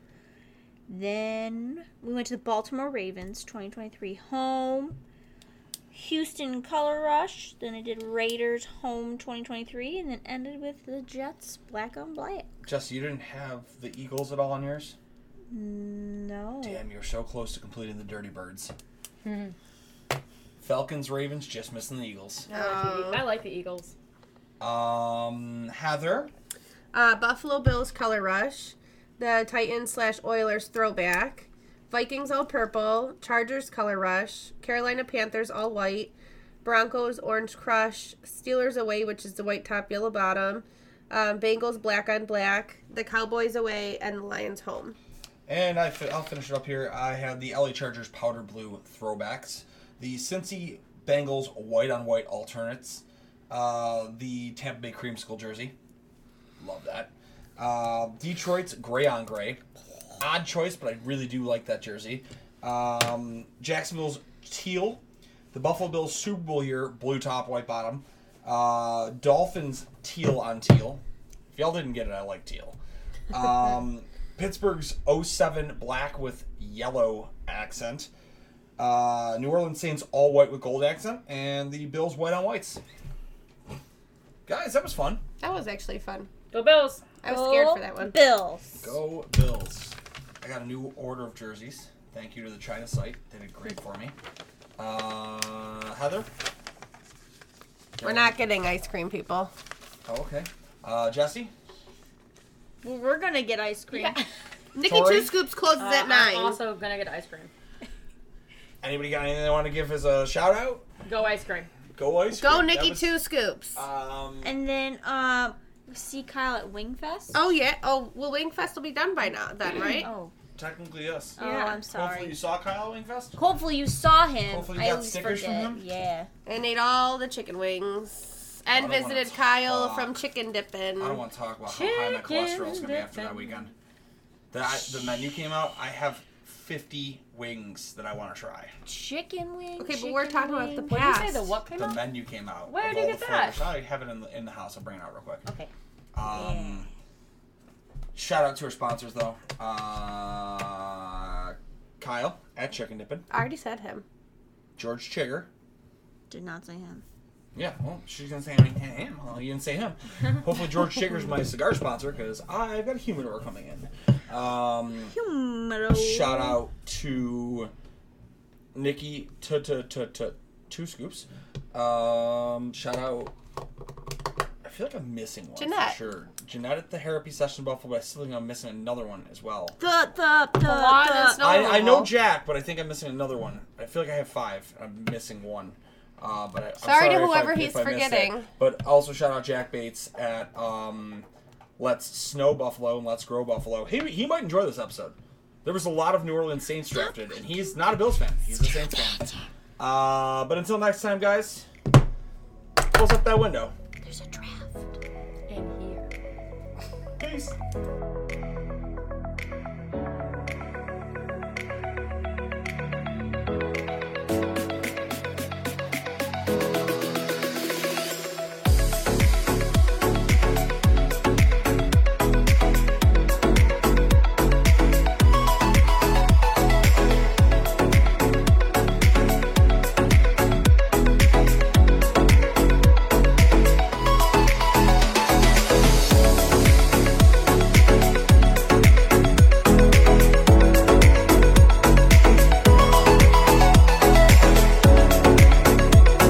[SPEAKER 4] Then we went to the Baltimore Ravens 2023 home. Houston Color Rush. Then I did Raiders Home 2023, and then ended with the Jets Black on Black.
[SPEAKER 1] Jesse, you didn't have the Eagles at all on yours?
[SPEAKER 4] No.
[SPEAKER 1] Damn, you were so close to completing the Dirty Birds. Falcons, Ravens, just missing the Eagles.
[SPEAKER 2] I like the Eagles.
[SPEAKER 1] Um, Heather,
[SPEAKER 3] Uh, Buffalo Bills color rush, the Titans slash Oilers throwback, Vikings all purple, Chargers color rush, Carolina Panthers all white, Broncos orange crush, Steelers away, which is the white top, yellow bottom, um, Bengals black on black, the Cowboys away, and the Lions home.
[SPEAKER 1] and I fi- I'll finish it up here. I have the LA Chargers powder blue throwbacks, the Cincy Bengals white on white alternates, uh, the Tampa Bay creamsicle jersey. Love that. Uh, Detroit's gray on gray. Odd choice, but I really do like that jersey. Um, Jacksonville's teal. The Buffalo Bills Super Bowl year, blue top, white bottom. Uh, Dolphins teal on teal. If y'all didn't get it, I like teal. Um, Pittsburgh's 07 black with yellow accent. Uh, New Orleans Saints all white with gold accent. And the Bills white on whites. Guys, that was fun.
[SPEAKER 3] That was actually fun.
[SPEAKER 2] Go Bills.
[SPEAKER 3] I was scared
[SPEAKER 4] Go
[SPEAKER 3] for that one.
[SPEAKER 4] Bills.
[SPEAKER 1] Go Bills. I got a new order of jerseys. Thank you to the China site. They did great for me. Uh, Heather?
[SPEAKER 3] We're not getting ice cream, people.
[SPEAKER 1] Oh, okay. Uh, Jesse?
[SPEAKER 4] Well, we're gonna get ice cream.
[SPEAKER 3] Nikki
[SPEAKER 1] Tori?
[SPEAKER 3] Two Scoops closes at
[SPEAKER 2] I'm
[SPEAKER 3] nine.
[SPEAKER 2] also gonna get ice cream.
[SPEAKER 1] Anybody got anything they want to give as a shout out?
[SPEAKER 2] Go ice cream.
[SPEAKER 1] Go Ice
[SPEAKER 3] Go
[SPEAKER 1] Cream. That
[SPEAKER 3] Nikki
[SPEAKER 1] was-
[SPEAKER 3] Two Scoops.
[SPEAKER 1] Um,
[SPEAKER 4] And then um, we see Kyle at Wingfest.
[SPEAKER 3] oh yeah. Oh well, Wingfest will be done by now then, right?
[SPEAKER 4] Oh,
[SPEAKER 1] technically, yes.
[SPEAKER 4] oh,
[SPEAKER 3] Yeah.
[SPEAKER 4] I'm sorry.
[SPEAKER 1] Hopefully, you saw Kyle Wingfest.
[SPEAKER 4] Hopefully you saw him.
[SPEAKER 1] Hopefully you
[SPEAKER 4] I
[SPEAKER 1] got
[SPEAKER 4] always
[SPEAKER 1] stickers from him?
[SPEAKER 4] forget. Yeah.
[SPEAKER 3] and ate all the chicken wings
[SPEAKER 1] I
[SPEAKER 3] and
[SPEAKER 1] don't wanna
[SPEAKER 3] visited Kyle
[SPEAKER 1] talk.
[SPEAKER 3] from Chicken Dippin'.
[SPEAKER 1] I don't want to talk about how high my cholesterol is going to be after that weekend. The, I, the menu came out. I have 50 wings that I want to try.
[SPEAKER 4] Chicken wing.
[SPEAKER 3] Okay, but we're
[SPEAKER 4] chicken
[SPEAKER 3] talking about the
[SPEAKER 4] wing.
[SPEAKER 2] What
[SPEAKER 3] past.
[SPEAKER 2] did you say? The what came
[SPEAKER 1] The
[SPEAKER 2] out?
[SPEAKER 1] menu came out.
[SPEAKER 2] Where
[SPEAKER 1] of
[SPEAKER 2] did you
[SPEAKER 1] all the
[SPEAKER 2] get that?
[SPEAKER 1] flavors. I have it in the, in the house. I'll bring it out real quick.
[SPEAKER 4] Okay.
[SPEAKER 1] Um, Shout out to our sponsors, though. Uh, Kyle at Chicken Dippin',
[SPEAKER 3] I already said him.
[SPEAKER 1] George Chigger.
[SPEAKER 4] Did not say him.
[SPEAKER 1] Yeah, well, she's gonna say him. him. Well, you didn't say him. Hopefully, George Chigger's my cigar sponsor because I've got a humidor coming in. Um,
[SPEAKER 4] Humidor.
[SPEAKER 1] shout out to Nikki to to to to two scoops. Um, shout out. I feel like I'm missing one
[SPEAKER 3] Jeanette.
[SPEAKER 1] for sure. Jeanette at the therapy session in Buffalo, but I still think I'm missing another one as well.
[SPEAKER 4] The the the
[SPEAKER 3] lawn is
[SPEAKER 4] the.
[SPEAKER 3] not-
[SPEAKER 1] I, I know
[SPEAKER 3] Normal.
[SPEAKER 1] Jack, but I think I'm missing another one. I feel like I have five. I'm missing one. Uh, but I, I'm
[SPEAKER 3] Sorry to
[SPEAKER 1] if I-
[SPEAKER 3] whoever
[SPEAKER 1] if
[SPEAKER 3] he's
[SPEAKER 1] I missed it.
[SPEAKER 3] forgetting.
[SPEAKER 1] But also shout out Jack Bates at um, Let's Snow Buffalo and Let's Grow Buffalo. He, he might enjoy this episode. There was a lot of New Orleans Saints drafted, and he's not a Bills fan. He's a Saints fan. Uh, but until next time, guys, close up that window.
[SPEAKER 4] There's a draft.
[SPEAKER 2] In here.
[SPEAKER 1] Peace.